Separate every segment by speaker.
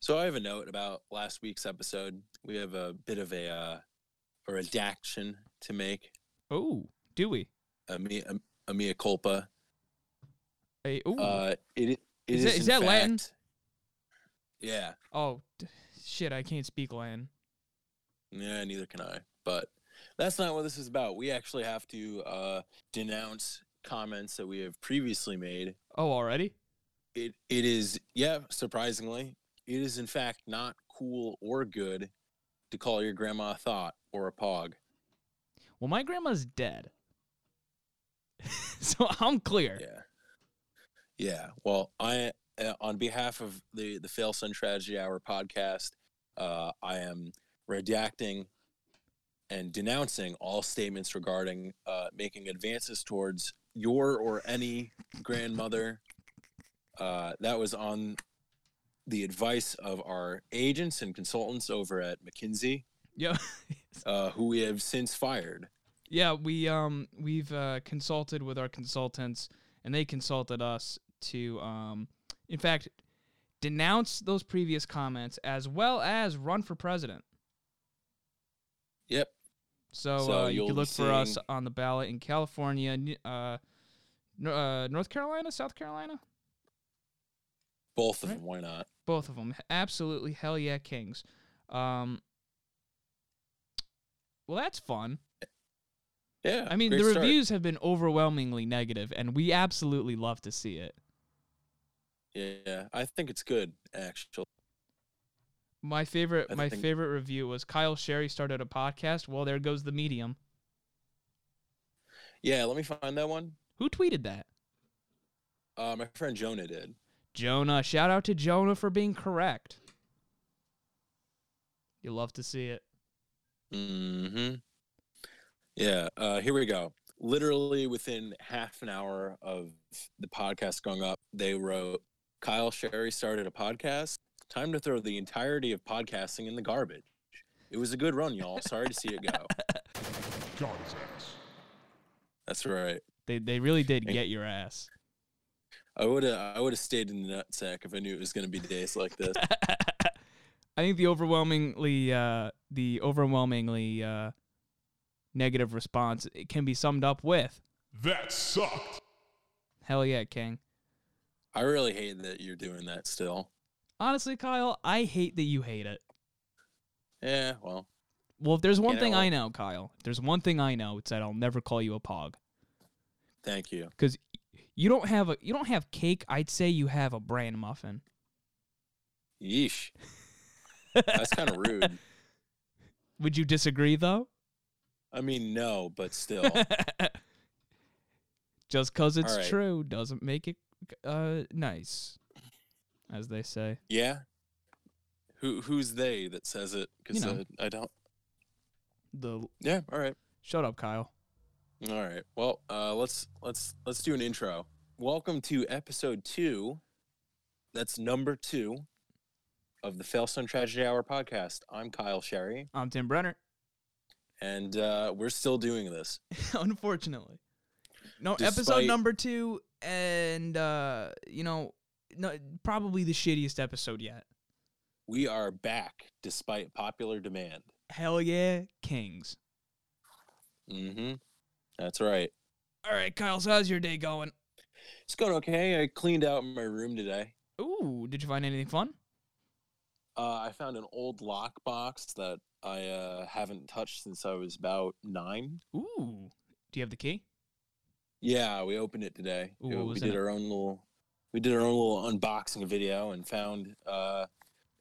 Speaker 1: So I have a note about last week's episode. We have a bit of a uh, a redaction to make.
Speaker 2: Oh, do we?
Speaker 1: A mea, a, a mea culpa.
Speaker 2: Hey, ooh.
Speaker 1: Uh, it, it
Speaker 2: Oh. Is that-
Speaker 1: in
Speaker 2: is that Latin?
Speaker 1: fact- Yeah.
Speaker 2: oh, d- shit! I can't speak Latin.
Speaker 1: Yeah. Neither can I. But that's not what this is about. We actually have to uh, denounce comments that we have previously made
Speaker 2: Oh, already?
Speaker 1: it it is yeah surprisingly it is in fact not cool or good to call your grandma a thought or a pog
Speaker 2: Well, my grandma's dead, so I'm clear.
Speaker 1: yeah yeah well i uh, on behalf of the the fail sun tragedy hour podcast uh i am redacting and denouncing all statements regarding uh, making advances towards your or any grandmother. Uh, that was on the advice of our agents and consultants over at McKinsey,
Speaker 2: Yeah,
Speaker 1: uh, who we have since fired.
Speaker 2: yeah. We um we've uh, consulted with our consultants, and they consulted us to um, in fact, denounce those previous comments as well as run for president.
Speaker 1: Yep.
Speaker 2: So,
Speaker 1: So
Speaker 2: uh, you
Speaker 1: you'll
Speaker 2: can
Speaker 1: be
Speaker 2: look for us
Speaker 1: seeing-
Speaker 2: on the ballot in California, N- uh, N- uh, North Carolina, South Carolina,
Speaker 1: Both of
Speaker 2: Right.
Speaker 1: them. Why not?
Speaker 2: both of them. Absolutely, hell yeah, Kings. Um, well, that's fun.
Speaker 1: Yeah.
Speaker 2: I mean,
Speaker 1: great
Speaker 2: the
Speaker 1: start.
Speaker 2: reviews have been overwhelmingly negative, and we absolutely love to see it.
Speaker 1: Yeah. I think it's good, actually.
Speaker 2: My favorite,
Speaker 1: I
Speaker 2: my
Speaker 1: think-
Speaker 2: favorite review was Kyle Sherry started a podcast. Well, there goes the medium.
Speaker 1: Yeah. Let me find that one.
Speaker 2: Who tweeted that?
Speaker 1: Uh, my friend Jonah did.
Speaker 2: Jonah. Shout out to Jonah for being correct. You love to see it.
Speaker 1: Mm-hmm. Yeah. Uh, here we go. Literally within half an hour of the podcast going up, they wrote, "Kyle Sherry started a podcast. Time to throw the entirety of podcasting in the garbage. It was a good run, y'all. Sorry to see it go."
Speaker 3: Got his ass.
Speaker 1: That's right.
Speaker 2: They they really did
Speaker 1: Thank-
Speaker 2: get your ass.
Speaker 1: I would have. I would have stayed in the nutsack if I knew it was going to be days like this.
Speaker 2: I think the overwhelmingly uh, the overwhelmingly uh, negative response it can be summed up with
Speaker 3: That sucked.
Speaker 2: "Hell yeah, King."
Speaker 1: I really hate that you're doing that still. Honestly,
Speaker 2: Honestly, Kyle, I hate that you hate it.
Speaker 1: Yeah. Well,
Speaker 2: Well, if there's one
Speaker 1: You
Speaker 2: thing
Speaker 1: know-
Speaker 2: I know, Kyle, if there's one thing I know, it's that I'll never call you a pog.
Speaker 1: thank you.
Speaker 2: You don't have a you don't have cake. I'd say you have a bran muffin.
Speaker 1: Yeesh. That's kind of rude.
Speaker 2: Would you disagree though?
Speaker 1: I mean, no, but still.
Speaker 2: Just 'cause it's
Speaker 1: Alright.
Speaker 2: true doesn't make it uh, nice, as they say.
Speaker 1: Yeah. Who who's they that says it? Because
Speaker 2: You know.
Speaker 1: I, don't.
Speaker 2: The
Speaker 1: Yeah. All right.
Speaker 2: shut up, Kyle.
Speaker 1: All right. Well, uh, let's let's let's do an intro. Welcome to episode two. That's number two of the Fail Sun Tragedy Hour podcast. I'm Kyle Sherry,
Speaker 2: I'm Tim Brenner.
Speaker 1: and uh, we're still doing this.
Speaker 2: Unfortunately, no episode
Speaker 1: Despite-
Speaker 2: number two, and uh, you know, no, probably the shittiest episode yet.
Speaker 1: We are back despite popular demand.
Speaker 2: Hell yeah, Kings.
Speaker 1: Mm-hmm. That's right.
Speaker 2: All right, Kyle, so how's your day going?
Speaker 1: It's going okay. I cleaned out my room today.
Speaker 2: Ooh, did you find anything fun?
Speaker 1: Uh, I found an old lockbox that I uh, haven't touched since I was about nine.
Speaker 2: Ooh, do you have the key?
Speaker 1: Yeah, we opened it today.
Speaker 2: Ooh,
Speaker 1: It-
Speaker 2: what
Speaker 1: we
Speaker 2: was in
Speaker 1: did
Speaker 2: it?
Speaker 1: our own little, we did our own little unboxing video and found uh,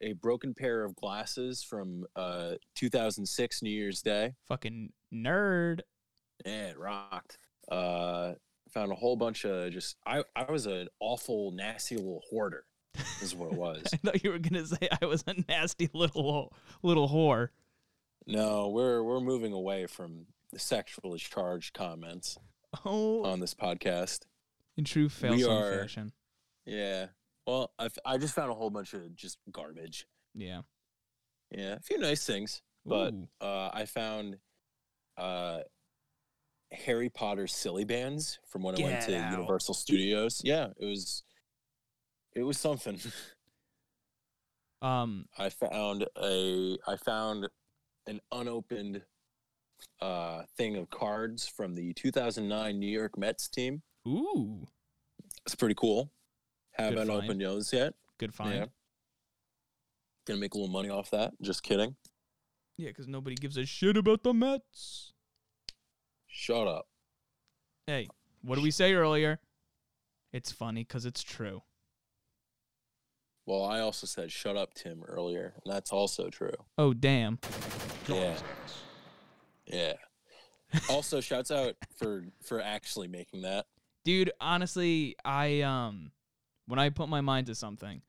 Speaker 1: a broken pair of glasses from uh, 2006 New Year's Day.
Speaker 2: Fucking nerd.
Speaker 1: Yeah, it rocked. Uh, found a whole bunch of just. I I was an awful, nasty little hoarder. Is what it was.
Speaker 2: I thought you were gonna say I was a nasty little little whore.
Speaker 1: no, we're we're moving away from the sexually charged comments
Speaker 2: Oh,
Speaker 1: on this podcast.
Speaker 2: in true fail
Speaker 1: we
Speaker 2: some
Speaker 1: are-
Speaker 2: fashion.
Speaker 1: Yeah. Well, I, f- I just found a whole bunch of just garbage.
Speaker 2: Yeah,
Speaker 1: Yeah, a few nice things. But
Speaker 2: Ooh.
Speaker 1: uh, I found uh, Harry Potter silly bands from when I went
Speaker 2: Get
Speaker 1: to
Speaker 2: out.
Speaker 1: Universal Studios. Yeah, it was it was something.
Speaker 2: Um,
Speaker 1: I found a I found an unopened uh, thing of cards from the 2009 New York Mets team.
Speaker 2: ooh,
Speaker 1: It's pretty cool. Haven't
Speaker 2: find.
Speaker 1: opened those yet.
Speaker 2: good find.
Speaker 1: Yeah. Gonna make a little money off that. Just kidding.
Speaker 2: Yeah, because nobody gives a shit about the Mets.
Speaker 1: Shut up.
Speaker 2: Hey, what did we say earlier? It's funny because it's true.
Speaker 1: Well, I also said shut up, Tim, earlier, and that's also true.
Speaker 2: Oh, damn.
Speaker 1: Yeah.
Speaker 3: Gonzalez.
Speaker 1: Yeah. Also, shouts out for for actually making that.
Speaker 2: Dude, honestly, I, um, when I put my mind to something,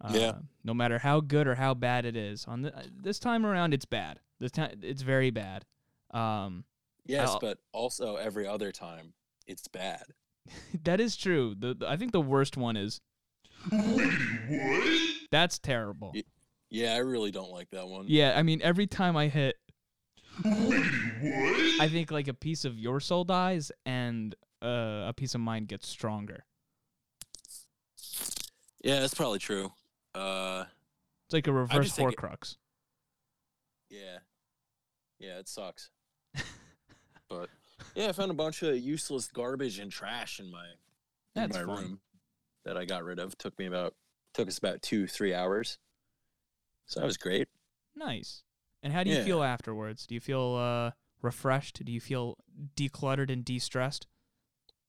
Speaker 2: uh,
Speaker 1: Yeah.
Speaker 2: no matter how good or how bad it is, on the, uh, this time around, it's bad. This time, it's very bad. Um,
Speaker 1: Yes,
Speaker 2: I'll-
Speaker 1: but also every other time it's bad.
Speaker 2: that is true. The, the- I think the worst one is
Speaker 3: What?
Speaker 2: that's terrible.
Speaker 1: Y- Yeah, I really don't like that one.
Speaker 2: Yeah, I mean, every time I hit,
Speaker 3: What?
Speaker 2: I think like a piece of your soul dies and uh, a piece of mine gets stronger.
Speaker 1: Yeah, that's probably true. Uh,
Speaker 2: It's like a reverse
Speaker 1: just think it-
Speaker 2: Horcrux.
Speaker 1: yeah, yeah, it sucks. but yeah, I found a bunch of useless garbage and trash in my in
Speaker 2: That's
Speaker 1: my
Speaker 2: fun.
Speaker 1: room that I got rid of. Took me about took us about two three hours. So that was great.
Speaker 2: Nice. And how do you
Speaker 1: Yeah.
Speaker 2: feel afterwards? Do you feel uh, refreshed? Do you feel decluttered and de-stressed?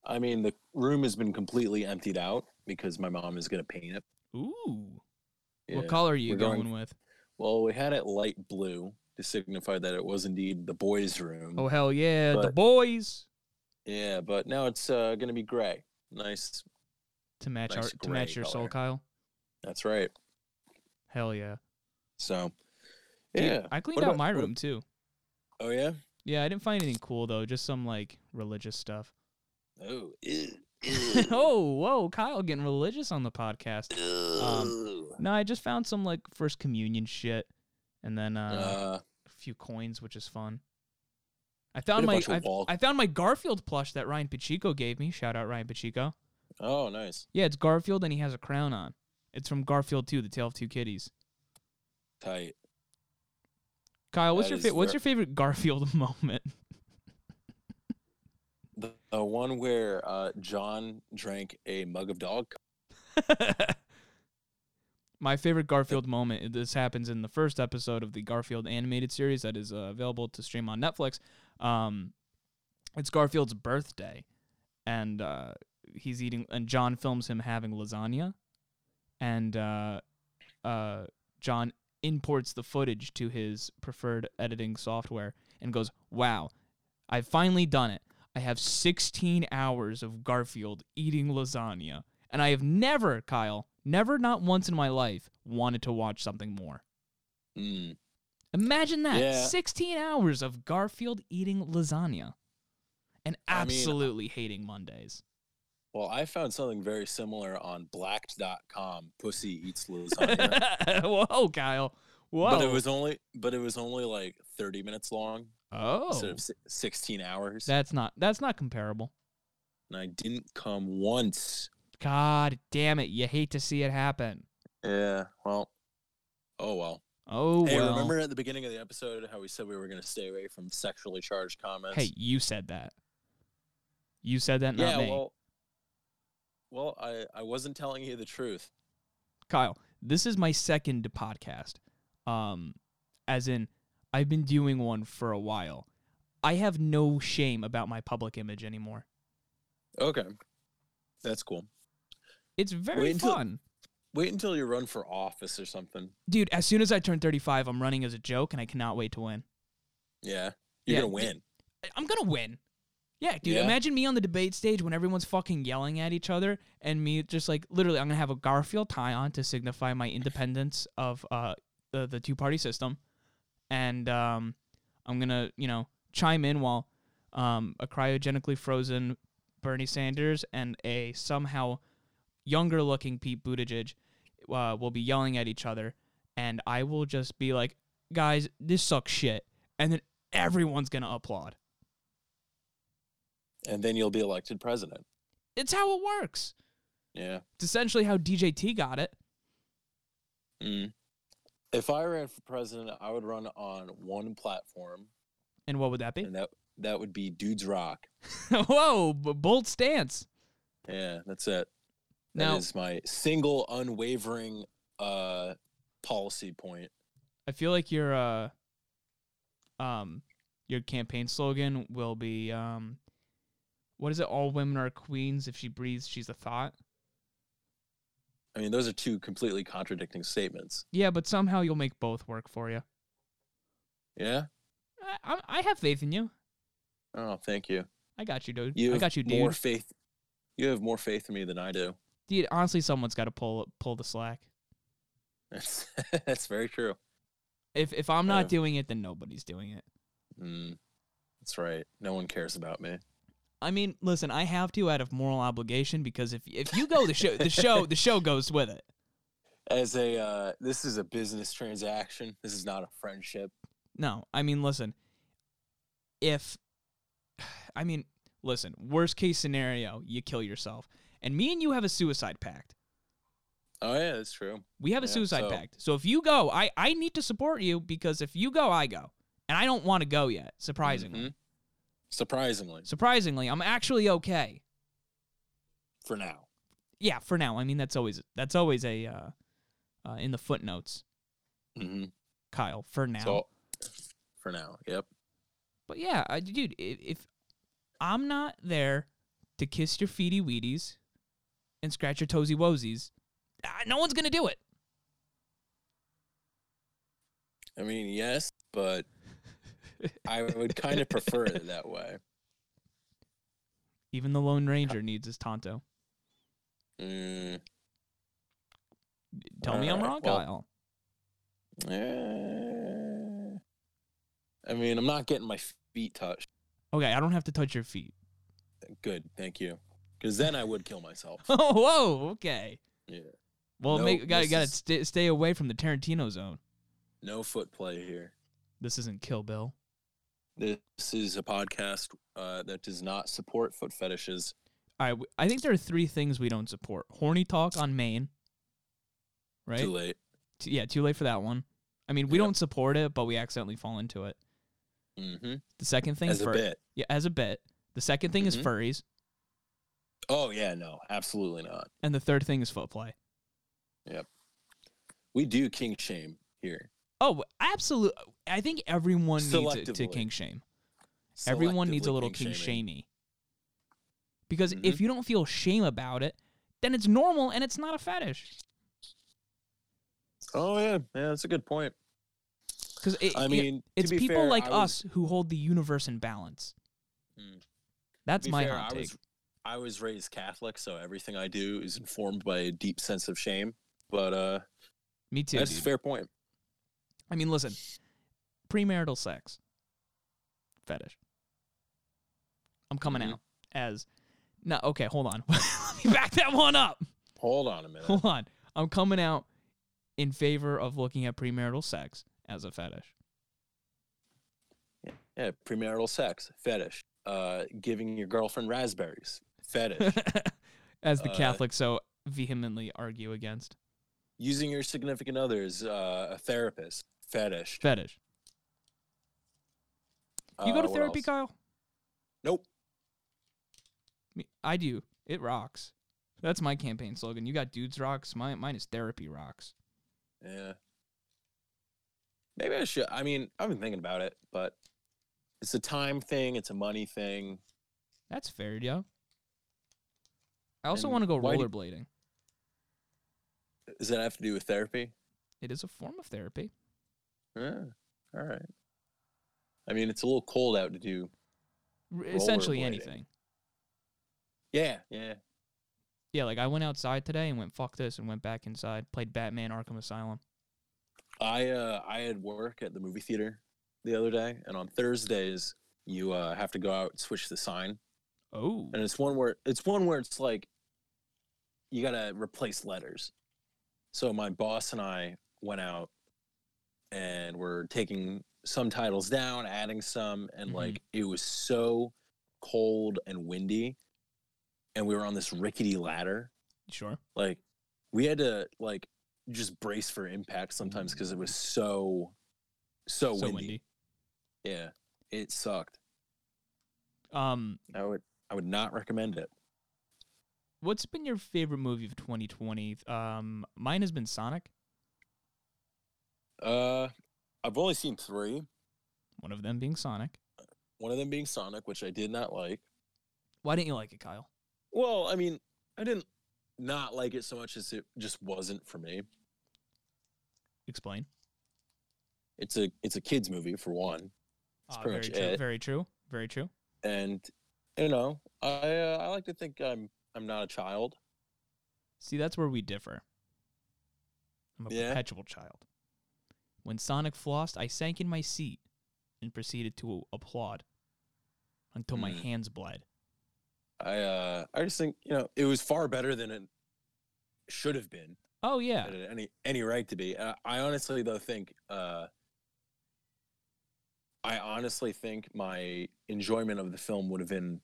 Speaker 1: I mean, the room has been completely emptied out because my mom is gonna paint it.
Speaker 2: Ooh.
Speaker 1: Yeah.
Speaker 2: What color are you
Speaker 1: we're
Speaker 2: going,
Speaker 1: going-
Speaker 2: with?
Speaker 1: Well, we had it light blue to signify that it was indeed the boys' room.
Speaker 2: Oh hell yeah, the
Speaker 1: But-
Speaker 2: boys
Speaker 1: Yeah, but now it's uh, gonna be gray. Nice.
Speaker 2: to match
Speaker 1: nice
Speaker 2: our to match
Speaker 1: gray
Speaker 2: your
Speaker 1: color.
Speaker 2: soul, Kyle.
Speaker 1: That's right.
Speaker 2: Hell yeah.
Speaker 1: So,
Speaker 2: Dude,
Speaker 1: yeah.
Speaker 2: I cleaned
Speaker 1: What
Speaker 2: out
Speaker 1: about-
Speaker 2: my
Speaker 1: what-
Speaker 2: room too.
Speaker 1: Oh yeah.
Speaker 2: Yeah, I didn't find anything cool though, just some like religious stuff.
Speaker 1: Oh. ew, ew,
Speaker 2: oh, whoa, Kyle getting religious on the podcast. Um,
Speaker 1: ew.
Speaker 2: No, I just found some like first communion shit and then uh,
Speaker 1: uh,
Speaker 2: a few coins, which is fun. I found
Speaker 1: a
Speaker 2: my
Speaker 1: bunch of
Speaker 2: I,
Speaker 1: wall-
Speaker 2: I found my Garfield plush that Ryan Pacheco gave me. Shout out Ryan Pacheco.
Speaker 1: oh, nice.
Speaker 2: Yeah, it's Garfield and he has a crown on. It's from Garfield 2, The Tale of Two Kitties.
Speaker 1: Tight.
Speaker 2: Kyle, what's
Speaker 1: That
Speaker 2: your
Speaker 1: is
Speaker 2: fa- what's
Speaker 1: ver-
Speaker 2: your favorite Garfield moment?
Speaker 1: The, the one where uh, John drank a mug of dog. co-
Speaker 2: my favorite Garfield moment. i- This happens in the first episode of the Garfield animated series that is uh, available to stream on Netflix. Um, it's Garfield's birthday, and uh, he's eating. And John films him having lasagna, and uh, uh, John imports the footage to his preferred editing software and goes, "Wow, I've finally done it. I have 16 hours of Garfield eating lasagna, and I have never, Kyle, never not once in my life wanted to watch something more.
Speaker 1: Mm.
Speaker 2: Imagine that.
Speaker 1: Yeah.
Speaker 2: 16 hours of Garfield eating lasagna and
Speaker 1: I mean,
Speaker 2: absolutely hating Mondays.
Speaker 1: Well, I found something very similar on blacked.com. Pussy eats lasagna.
Speaker 2: Whoa, Kyle. Whoa.
Speaker 1: but it was only but it was only like 30 minutes long
Speaker 2: oh.
Speaker 1: instead of si- 16 hours.
Speaker 2: That's not that's not comparable.
Speaker 1: and I didn't come once.
Speaker 2: God damn it. You hate to see it happen.
Speaker 1: Yeah. Well. Oh well.
Speaker 2: Oh,
Speaker 1: Hey,
Speaker 2: well.
Speaker 1: remember at the beginning of the episode how we said we were going to stay away from sexually charged comments?
Speaker 2: Hey, you said that. You said that, not
Speaker 1: yeah,
Speaker 2: me.
Speaker 1: well, well, I I wasn't telling you the truth.
Speaker 2: Kyle, this is my second podcast. Um, as in, I've been doing one for a while. I have no shame about my public image anymore.
Speaker 1: Okay, that's cool.
Speaker 2: It's very
Speaker 1: Wait until-
Speaker 2: fun.
Speaker 1: Wait until you run for office or something.
Speaker 2: Dude, as soon as I turn 35, I'm running as a joke and I cannot wait to win.
Speaker 1: Yeah, you're
Speaker 2: Yeah,
Speaker 1: gonna
Speaker 2: d-
Speaker 1: win.
Speaker 2: I- I'm going to win. Yeah, dude,
Speaker 1: Yeah.
Speaker 2: imagine me on the debate stage when everyone's fucking yelling at each other and me just like literally, I'm going to have a Garfield tie on to signify my independence of uh, the, the two party system. And um, I'm going to, you know, chime in while um, a cryogenically frozen Bernie Sanders and a somehow younger looking Pete Buttigieg uh, will be yelling at each other. And I will just be like, guys, this sucks shit. And then everyone's going to applaud.
Speaker 1: And then you'll be elected president.
Speaker 2: It's how it works.
Speaker 1: Yeah.
Speaker 2: It's essentially how DJT got it.
Speaker 1: Mm. If I ran for president, I would run on one platform,
Speaker 2: And what would that be?
Speaker 1: and that that would be dudes rock.
Speaker 2: Whoa, b- bold stance.
Speaker 1: Yeah, that's it. That is
Speaker 2: Now,
Speaker 1: my single unwavering uh policy point.
Speaker 2: I feel like your uh, um, your campaign slogan will be um, what is it? All women are queens. If she breathes, she's a thought.
Speaker 1: I mean, those are two completely contradicting statements.
Speaker 2: Yeah, but somehow you'll make both work for you.
Speaker 1: Yeah.
Speaker 2: I, I, I have faith in you.
Speaker 1: Oh, thank you.
Speaker 2: I got you, dude.
Speaker 1: You
Speaker 2: I
Speaker 1: have
Speaker 2: got you, dude.
Speaker 1: more faith. You have more faith in me than I do.
Speaker 2: dude, honestly, someone's got to pull pull the slack.
Speaker 1: That's that's very true.
Speaker 2: If if I'm not
Speaker 1: Yeah.
Speaker 2: doing it, then nobody's doing it.
Speaker 1: Mm, that's right. No one cares about me.
Speaker 2: I mean, listen, I have to out of moral obligation because if if you go the show the show the show goes with it.
Speaker 1: As a uh, this is a business transaction. This is not a friendship.
Speaker 2: No, I mean, listen. If I mean, listen, worst case scenario, you kill yourself. And me and you have a suicide pact.
Speaker 1: Oh yeah, that's true.
Speaker 2: We have a
Speaker 1: Yeah,
Speaker 2: suicide
Speaker 1: so-
Speaker 2: pact. So if you go, I I need to support you because if you go, I go. And I don't want to go yet, surprisingly.
Speaker 1: Mhm. Surprisingly,
Speaker 2: Surprisingly, I'm actually okay.
Speaker 1: for now.
Speaker 2: Yeah, for now. I mean, that's always that's always a uh, uh in the footnotes,
Speaker 1: hmm
Speaker 2: Kyle, for now.
Speaker 1: So for now, yep.
Speaker 2: But yeah, I, dude, if, if I'm not there to kiss your feety weeties and scratch your toesy woesies, ah, no one's gonna do it.
Speaker 1: I mean, yes, but I would kind of prefer it that way.
Speaker 2: Even the Lone Ranger needs his Tonto.
Speaker 1: Mm,
Speaker 2: Tell me I'm
Speaker 1: Alright,
Speaker 2: wrong,
Speaker 1: well-
Speaker 2: Kyle.
Speaker 1: eh. I mean, I'm not getting my feet touched.
Speaker 2: Okay, I don't have to touch your feet.
Speaker 1: Good, thank you. Because then I would kill myself.
Speaker 2: Oh, whoa, okay.
Speaker 1: Yeah.
Speaker 2: Well,
Speaker 1: No,
Speaker 2: make, gotta
Speaker 1: this
Speaker 2: gotta
Speaker 1: is-
Speaker 2: sta stay away from the Tarantino zone.
Speaker 1: No foot play here.
Speaker 2: This isn't Kill Bill.
Speaker 1: This is a podcast uh, that does not support foot fetishes.
Speaker 2: All right, w- I think there are three things we don't support: horny talk on Maine, right?
Speaker 1: Too late.
Speaker 2: T- yeah, too late for that one. I mean, we
Speaker 1: Yep.
Speaker 2: don't support it, but we accidentally fall into it.
Speaker 1: hmm
Speaker 2: The second thing
Speaker 1: As
Speaker 2: is
Speaker 1: a
Speaker 2: fur-
Speaker 1: bit.
Speaker 2: Yeah, as a bit. The second thing
Speaker 1: Mhm.
Speaker 2: is furries,
Speaker 1: Oh yeah, no, absolutely not.
Speaker 2: and the third thing is foot play.
Speaker 1: We do king shame here.
Speaker 2: Oh, absolutely! I think everyone needs it to
Speaker 1: Selectively.
Speaker 2: kink shame. Everyone needs a
Speaker 1: Selectively
Speaker 2: little
Speaker 1: shaming.
Speaker 2: king
Speaker 1: Mm-hmm.
Speaker 2: shamey. Because if you don't feel shame about it, then it's normal and it's not a fetish.
Speaker 1: Oh yeah, yeah, that's a good point.
Speaker 2: Because
Speaker 1: I mean,
Speaker 2: it's
Speaker 1: to be
Speaker 2: people
Speaker 1: fair,
Speaker 2: like
Speaker 1: I was-
Speaker 2: us who hold the universe in balance.
Speaker 1: Mm.
Speaker 2: That's
Speaker 1: be
Speaker 2: my
Speaker 1: fair,
Speaker 2: hot
Speaker 1: I
Speaker 2: take.
Speaker 1: was, I was raised Catholic, so everything I do is informed by a deep sense of shame. But uh,
Speaker 2: Me too.
Speaker 1: that's a
Speaker 2: dude.
Speaker 1: fair point.
Speaker 2: I mean, listen, premarital sex fetish. I'm coming
Speaker 1: Mhm.
Speaker 2: out as no. Okay, hold on. Let me back that one up.
Speaker 1: Hold on a minute.
Speaker 2: Hold on. I'm coming out in favor of looking at premarital sex as a fetish.
Speaker 1: yeah, premarital sex fetish. Uh, giving your girlfriend raspberries fetish.
Speaker 2: as the
Speaker 1: Uh,
Speaker 2: Catholics so vehemently argue against
Speaker 1: Using your significant other as uh, a therapist fetish.
Speaker 2: fetish. You
Speaker 1: Uh,
Speaker 2: go to
Speaker 1: what
Speaker 2: therapy,
Speaker 1: else?
Speaker 2: Kyle?
Speaker 1: Nope.
Speaker 2: Me- I do. It rocks. That's my campaign slogan. You got dudes rocks. Mine, mine is therapy rocks.
Speaker 1: Yeah. Maybe I should. I mean, I've been thinking about it, but it's a time thing. It's a money thing.
Speaker 2: That's fair, yo. I also
Speaker 1: And
Speaker 2: want to go
Speaker 1: why do-
Speaker 2: rollerblading.
Speaker 1: Does that have to do with therapy?
Speaker 2: It is a form of therapy.
Speaker 1: Yeah. All right. I mean, it's a little cold out to do.
Speaker 2: R- essentially
Speaker 1: Rollerblading.
Speaker 2: anything.
Speaker 1: Yeah. Yeah.
Speaker 2: Yeah, like I went outside today and went fuck this and went back inside, played Batman Arkham Asylum.
Speaker 1: I uh, I had work at the movie theater the other day, and on Thursdays you uh, have to go out and switch the sign,
Speaker 2: Oh.
Speaker 1: and it's one where it's one where it's like you gotta replace letters. So my boss and I went out, and we're taking some titles down, adding some, and
Speaker 2: Mhm.
Speaker 1: like it was so cold and windy, and we were on this rickety ladder,
Speaker 2: Sure.
Speaker 1: like we had to like just brace for impact sometimes because it was so so,
Speaker 2: so
Speaker 1: windy.
Speaker 2: windy.
Speaker 1: Yeah, it sucked.
Speaker 2: Um,
Speaker 1: I would I would not recommend it.
Speaker 2: what's been your favorite movie of 2020? Um, mine has been Sonic,
Speaker 1: Uh, I've only seen three.
Speaker 2: one of them being Sonic.
Speaker 1: One of them being Sonic, which I did not like.
Speaker 2: Why didn't you like it, Kyle?
Speaker 1: Well, I mean, I didn't not like it so much as it just wasn't for me.
Speaker 2: Explain.
Speaker 1: It's a it's a kids movie for one,
Speaker 2: Ah,
Speaker 1: pretty
Speaker 2: very
Speaker 1: much
Speaker 2: true.
Speaker 1: it.
Speaker 2: Very true. Very true.
Speaker 1: and you know I uh, I like to think I'm I'm not a child.
Speaker 2: See, that's where we differ. I'm a
Speaker 1: Yeah?
Speaker 2: perpetual child. When Sonic flossed, I sank in my seat and proceeded to applaud until my
Speaker 1: Hmm.
Speaker 2: hands bled.
Speaker 1: I uh I just think you know it was far better than it should have been.
Speaker 2: Oh yeah,
Speaker 1: that it had any any right to be. Uh, I honestly though think uh, I honestly think my enjoyment of the film would have been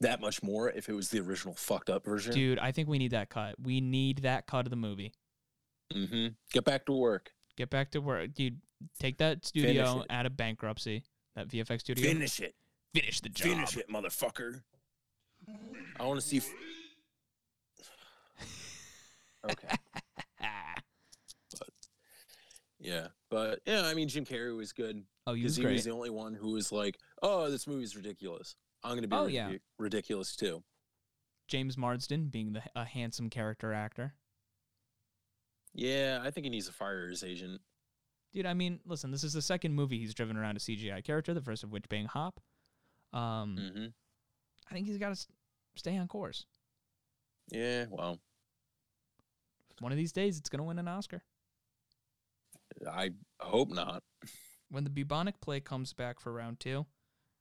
Speaker 1: that much more if it was the original fucked up version.
Speaker 2: dude. I think we need that cut. We need that cut of the movie.
Speaker 1: Mm-hmm. Get back to work.
Speaker 2: Get back to work, dude. Take that studio
Speaker 1: it.
Speaker 2: out of bankruptcy. That VFX studio.
Speaker 1: Finish it.
Speaker 2: Finish the job.
Speaker 1: Finish it, motherfucker. I want to see. F- okay.
Speaker 2: Ah.
Speaker 1: Yeah, but yeah, I mean Jim Carrey was good.
Speaker 2: Oh, you
Speaker 1: because
Speaker 2: was
Speaker 1: he was
Speaker 2: great.
Speaker 1: the only one who was like, "Oh, this movie's ridiculous. I'm gonna be
Speaker 2: Oh,
Speaker 1: ridic-
Speaker 2: yeah.
Speaker 1: ridiculous too."
Speaker 2: James Marsden being the a handsome character actor.
Speaker 1: Yeah, I think he needs to fire his agent.
Speaker 2: Dude, I mean, listen, this is the second movie he's driven around a CGI character, the first of which being Hop. Um,
Speaker 1: hmm
Speaker 2: I think he's got to s- stay on course.
Speaker 1: Yeah, well,
Speaker 2: One of these days, it's going to win an Oscar.
Speaker 1: I hope not.
Speaker 2: When the bubonic plague comes back for round two,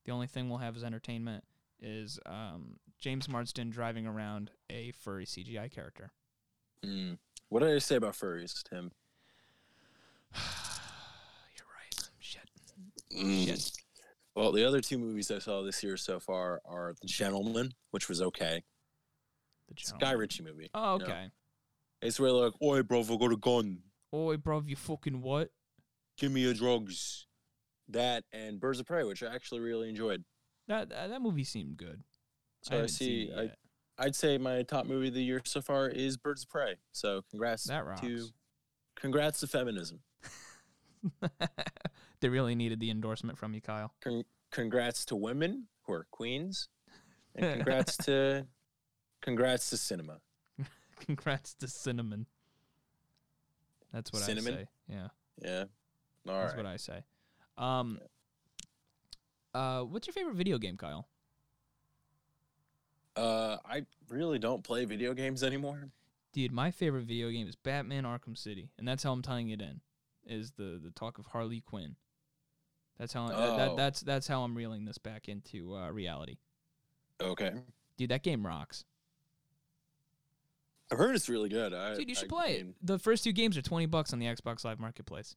Speaker 2: the only thing we'll have as entertainment is um, James Marsden driving around a furry CGI character.
Speaker 1: Mm. What did I say about furries, Tim?
Speaker 2: You're right. Shit.
Speaker 1: Shit. Well, the other two movies I saw this year so far are The Gentleman, which was okay.
Speaker 2: The
Speaker 1: It's a
Speaker 2: gentleman.
Speaker 1: Guy Ritchie movie.
Speaker 2: Oh,
Speaker 1: No.
Speaker 2: okay.
Speaker 1: It's where like, "Oi, bro, I got a gun.
Speaker 2: Oi, bro, you fucking what?
Speaker 1: Give me your drugs." That and Birds of Prey, which I actually really enjoyed.
Speaker 2: That, that, that movie seemed good.
Speaker 1: So I,
Speaker 2: haven't seen
Speaker 1: see.
Speaker 2: it
Speaker 1: I,
Speaker 2: yet.
Speaker 1: I'd say my top movie of the year so far is Birds of Prey. So congrats
Speaker 2: That rocks.
Speaker 1: to congrats to feminism.
Speaker 2: they really needed the endorsement from you, Kyle.
Speaker 1: Con- congrats to women who are queens, and congrats to congrats to cinema.
Speaker 2: Congrats to Cinnamon. That's what
Speaker 1: Cinnamon?
Speaker 2: I say. Yeah,
Speaker 1: Yeah, all
Speaker 2: that's
Speaker 1: right.
Speaker 2: what I say. Um, uh, what's your favorite video game, Kyle?
Speaker 1: uh, I really don't play video games anymore.
Speaker 2: Dude, my favorite video game is Batman Arkham City, and that's how I'm tying it in. Is the the talk of Harley Quinn? That's how that, that,
Speaker 1: Oh.
Speaker 2: that's that's how I'm reeling this back into uh, reality.
Speaker 1: Okay,
Speaker 2: Dude, that game rocks.
Speaker 1: I've heard it's really good. I,
Speaker 2: Dude, you should
Speaker 1: I
Speaker 2: play it.
Speaker 1: mean,
Speaker 2: The first two games are twenty bucks on the Xbox Live Marketplace.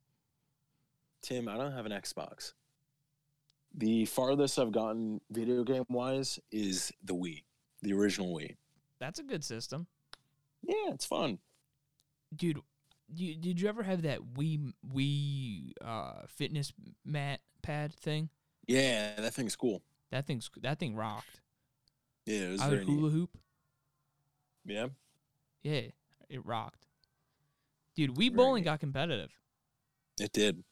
Speaker 1: Tim, I don't have an Xbox. The farthest I've gotten video game wise is the Wii, the original Wii.
Speaker 2: That's a good system.
Speaker 1: Yeah, it's fun.
Speaker 2: dude you, did you ever have that wii wii uh fitness mat pad thing
Speaker 1: Yeah, that thing's cool.
Speaker 2: that thing's that thing rocked
Speaker 1: Yeah, it was
Speaker 2: i would
Speaker 1: very neat.
Speaker 2: hula hoop
Speaker 1: Yeah.
Speaker 2: yeah it rocked dude wii
Speaker 1: Very
Speaker 2: bowling
Speaker 1: neat.
Speaker 2: got competitive
Speaker 1: It did.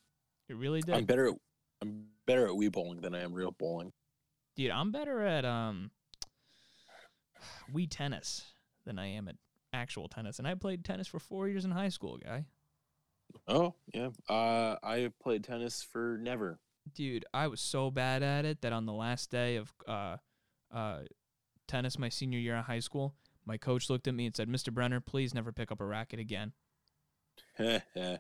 Speaker 2: it really did
Speaker 1: I'm better at I'm better at Wii bowling than I am real bowling.
Speaker 2: dude i'm better at um wii tennis than i am at actual tennis and i played tennis for four years in high school guy
Speaker 1: Oh, yeah. Uh I played tennis for never.
Speaker 2: dude, I was so bad at it that on the last day of uh, uh, tennis, my senior year in high school, my coach looked at me and said, "Mr. Brenner, please never pick up a racket again."
Speaker 1: yeah.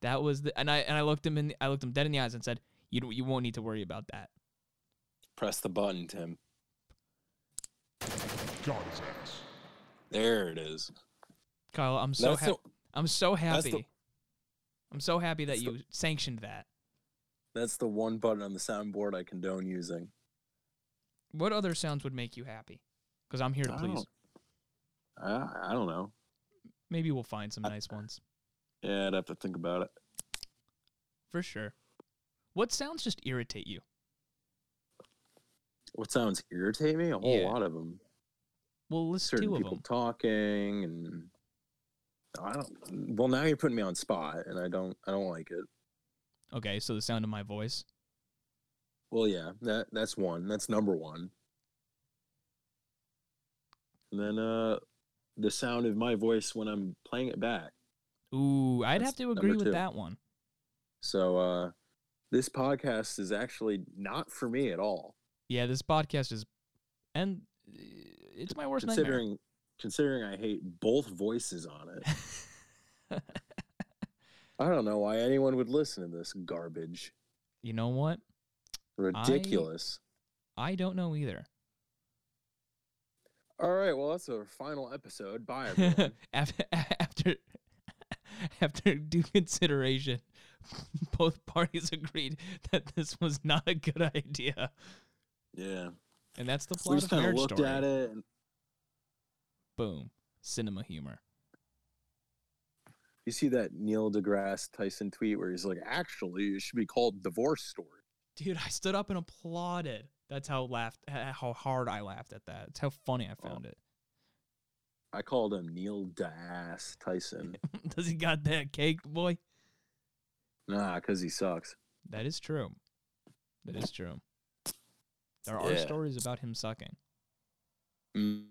Speaker 2: That was the and I and I looked him in the, I looked him dead in the eyes and said, "You don't- you won't need to worry about that."
Speaker 1: Press the button, Tim.
Speaker 3: Guns
Speaker 1: There it is.
Speaker 2: Kyle, I'm so
Speaker 1: that's,
Speaker 2: ha-
Speaker 1: the,
Speaker 2: I'm so
Speaker 1: that's
Speaker 2: happy.
Speaker 1: the-
Speaker 2: I'm so happy that
Speaker 1: that's the-
Speaker 2: you sanctioned that.
Speaker 1: that's the one button on the soundboard I condone using.
Speaker 2: What other sounds would make you happy? Because I'm here to
Speaker 1: I
Speaker 2: please.
Speaker 1: don't- I, I don't know.
Speaker 2: Maybe we'll find some nice ones
Speaker 1: Yeah, I'd have to think about it.
Speaker 2: for sure. What sounds just irritate you?
Speaker 1: What sounds irritate me? A whole
Speaker 2: Yeah.
Speaker 1: lot of them.
Speaker 2: Well, list
Speaker 1: Certain
Speaker 2: two of
Speaker 1: people
Speaker 2: them.
Speaker 1: talking, and I don't. Well, now you're putting me on spot, and I don't. I don't like it.
Speaker 2: Okay, so the sound of my voice.
Speaker 1: Well, yeah, that that's one. That's number one. And then uh, the sound of my voice when I'm playing it back.
Speaker 2: Ooh, I'd
Speaker 1: That's
Speaker 2: have to
Speaker 1: number
Speaker 2: agree with
Speaker 1: two.
Speaker 2: that one.
Speaker 1: So uh, this podcast is actually not for me at all.
Speaker 2: Yeah, this podcast is, and uh, it's my worst nightmare.
Speaker 1: considering considering I hate both voices on it. I don't know why anyone would listen to this garbage.
Speaker 2: You know what?
Speaker 1: Ridiculous.
Speaker 2: I don't know either.
Speaker 1: All right, well that's our final episode. Bye everyone.
Speaker 2: after after after due consideration, both parties agreed that this was not a good idea,
Speaker 1: yeah.
Speaker 2: and that's the plot
Speaker 1: We just
Speaker 2: of
Speaker 1: kind of
Speaker 2: Marriage
Speaker 1: looked
Speaker 2: Story.
Speaker 1: at it and
Speaker 2: Boom, cinema humor.
Speaker 1: you see that Neil deGrasse Tyson tweet where he's like, actually it should be called divorce story.
Speaker 2: Dude, I stood up and applauded. That's how laughed how hard I laughed at that. It's how funny I
Speaker 1: Oh.
Speaker 2: found it.
Speaker 1: I called him Neil Dass Tyson.
Speaker 2: Does he got that cake, boy?
Speaker 1: nah, because he sucks.
Speaker 2: That is true. That is true. There are
Speaker 1: Yeah.
Speaker 2: stories about him sucking.
Speaker 1: Mm.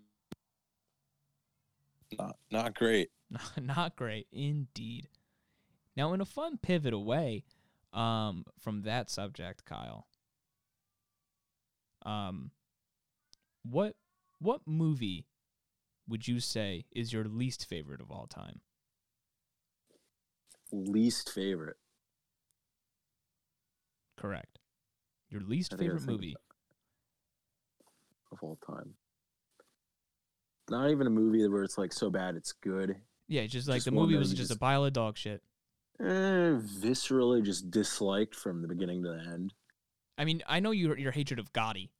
Speaker 1: Not not great.
Speaker 2: Not great, indeed. Now, in a fun pivot away um, from that subject, Kyle. Um, what what movie would you say is your least favorite of all time?
Speaker 1: Least favorite.
Speaker 2: Correct. Your least
Speaker 1: I think I
Speaker 2: favorite
Speaker 1: think
Speaker 2: movie.
Speaker 1: of all time. Not even a movie where it's like so bad it's good.
Speaker 2: Yeah, it's just like
Speaker 1: Just
Speaker 2: the
Speaker 1: one
Speaker 2: movie
Speaker 1: that
Speaker 2: was
Speaker 1: you
Speaker 2: just a
Speaker 1: just-
Speaker 2: pile of dog shit.
Speaker 1: Eh, viscerally just disliked from the beginning to the end.
Speaker 2: I mean, I know your your hatred of Gotti.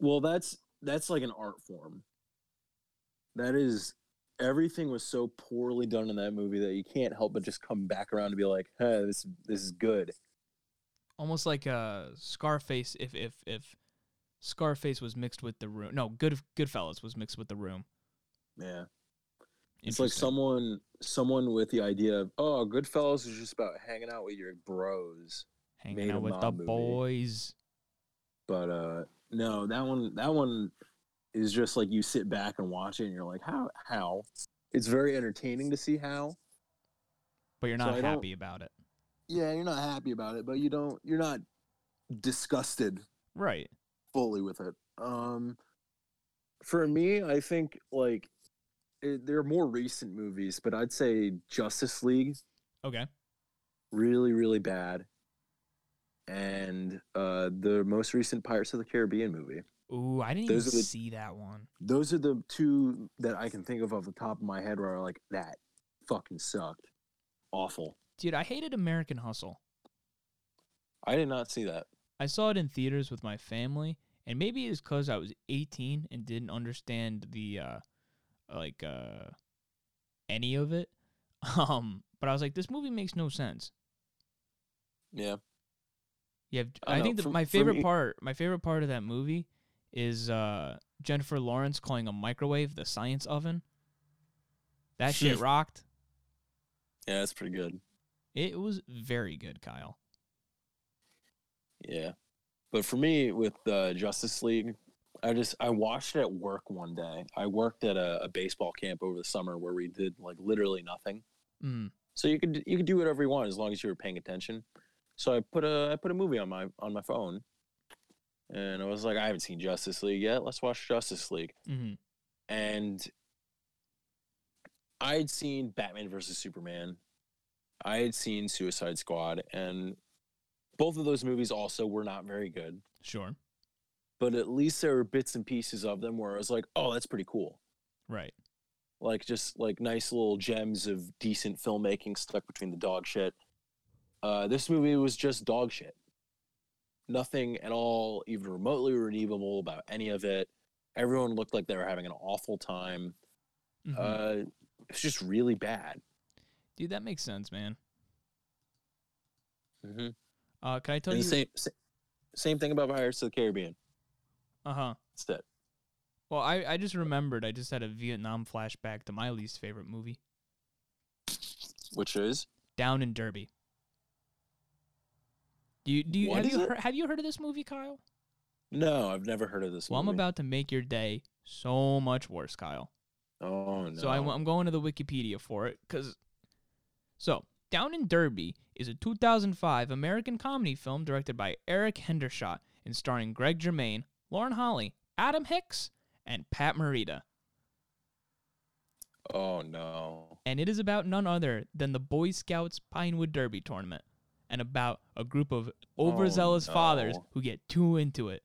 Speaker 1: Well, that's that's like an art form. That is everything was so poorly done in that movie that you can't help but just come back around to be like, "Hey, this this is good."
Speaker 2: almost like uh Scarface if if if Scarface was mixed with the room. No, Good Goodfellas was mixed with the room.
Speaker 1: Yeah. It's like
Speaker 2: Interesting.
Speaker 1: someone someone with the idea of, "Oh, Goodfellas is just about hanging out with your bros."
Speaker 2: hanging
Speaker 1: made
Speaker 2: out
Speaker 1: a
Speaker 2: with the
Speaker 1: mob movie.
Speaker 2: boys.
Speaker 1: but uh no that one that one is just like you sit back and watch it and you're like how how it's very entertaining to see how
Speaker 2: But you're
Speaker 1: So
Speaker 2: not
Speaker 1: I don't-
Speaker 2: happy about it.
Speaker 1: yeah you're not happy about it but you don't you're not disgusted
Speaker 2: Right.
Speaker 1: fully with it um for me i think like it, there are more recent movies but i'd say justice league
Speaker 2: Okay.
Speaker 1: really really bad and uh the most recent pirates of the caribbean movie
Speaker 2: Ooh, I didn't even
Speaker 1: Those are the-
Speaker 2: see that one.
Speaker 1: those are the two that I can think of off the top of my head where I'm like, that fucking sucked. Awful.
Speaker 2: Dude, I hated American Hustle.
Speaker 1: I did not see that.
Speaker 2: I saw it in theaters with my family, and maybe it's because I was 18 and didn't understand the uh, like uh, any of it. Um, but I was like, this movie makes no sense.
Speaker 1: Yeah.
Speaker 2: Yeah, have
Speaker 1: I
Speaker 2: I,
Speaker 1: know,
Speaker 2: think the,
Speaker 1: for-
Speaker 2: my
Speaker 1: for
Speaker 2: favorite
Speaker 1: me-
Speaker 2: part, my favorite part of that movie is uh, Jennifer Lawrence calling a microwave the science oven. That shit rocked.
Speaker 1: Yeah, that's pretty good.
Speaker 2: It was very good, Kyle.
Speaker 1: Yeah. But for me, with uh, Justice League, I just I watched it at work one day. I worked at a, a baseball camp over the summer where we did like literally nothing.
Speaker 2: Mm.
Speaker 1: So you could you could do whatever you want as long as you were paying attention. So I put a I put a movie on my on my phone, and I was like, I haven't seen Justice League yet. Let's watch Justice League.
Speaker 2: hmm
Speaker 1: and I had seen Batman versus Superman. I had seen Suicide Squad, and both of those movies also were not very good.
Speaker 2: Sure.
Speaker 1: But at least there were bits and pieces of them where I was like, "Oh, that's pretty cool."
Speaker 2: Right.
Speaker 1: Like just like nice little gems of decent filmmaking stuck between the dog shit. Uh, this movie was just dog shit. Nothing at all, even remotely redeemable about any of it. Everyone looked like they were having an awful time.
Speaker 2: Mhm.
Speaker 1: Uh, it's just really bad.
Speaker 2: Dude, that makes sense, man.
Speaker 1: Mm-hmm.
Speaker 2: Uh, can I tell
Speaker 1: And the
Speaker 2: you?
Speaker 1: same sa- same thing about Pirates of the Caribbean.
Speaker 2: Uh huh.
Speaker 1: Instead,
Speaker 2: Well, I, I just remembered. I just had a Vietnam flashback to my least favorite movie,
Speaker 1: which is
Speaker 2: Down in Derby. Do you do you,
Speaker 1: What
Speaker 2: have
Speaker 1: is
Speaker 2: you
Speaker 1: it?
Speaker 2: heard, have you heard of this movie, Kyle?
Speaker 1: no, I've never heard of this.
Speaker 2: Well, I'm
Speaker 1: movie.
Speaker 2: about to make your day so much worse, Kyle.
Speaker 1: Oh no.
Speaker 2: So I, am going to the Wikipedia for it because. So Down in Derby is a 2005 American comedy film directed by Eric Hendershot and starring Greg Germain, Lauren Holly, Adam Hicks, and Pat Morita.
Speaker 1: Oh no.
Speaker 2: and it is about none other than the Boy Scouts Pinewood Derby tournament and about a group of overzealous fathers
Speaker 1: Oh, no.
Speaker 2: who get too into it.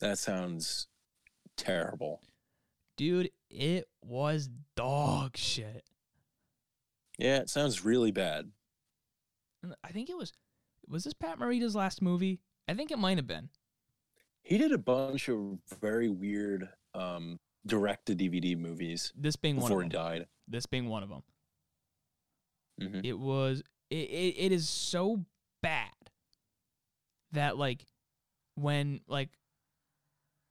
Speaker 1: That sounds terrible.
Speaker 2: Dude, it was dog shit.
Speaker 1: Yeah, it sounds really bad.
Speaker 2: And I think it was was this Pat Morita's last movie? I think it might have been.
Speaker 1: He did a bunch of very weird um direct to DVD movies
Speaker 2: This being one
Speaker 1: before
Speaker 2: of
Speaker 1: he
Speaker 2: them.
Speaker 1: died.
Speaker 2: This being one of them.
Speaker 1: Mhm.
Speaker 2: It was it, it it is so bad that like when like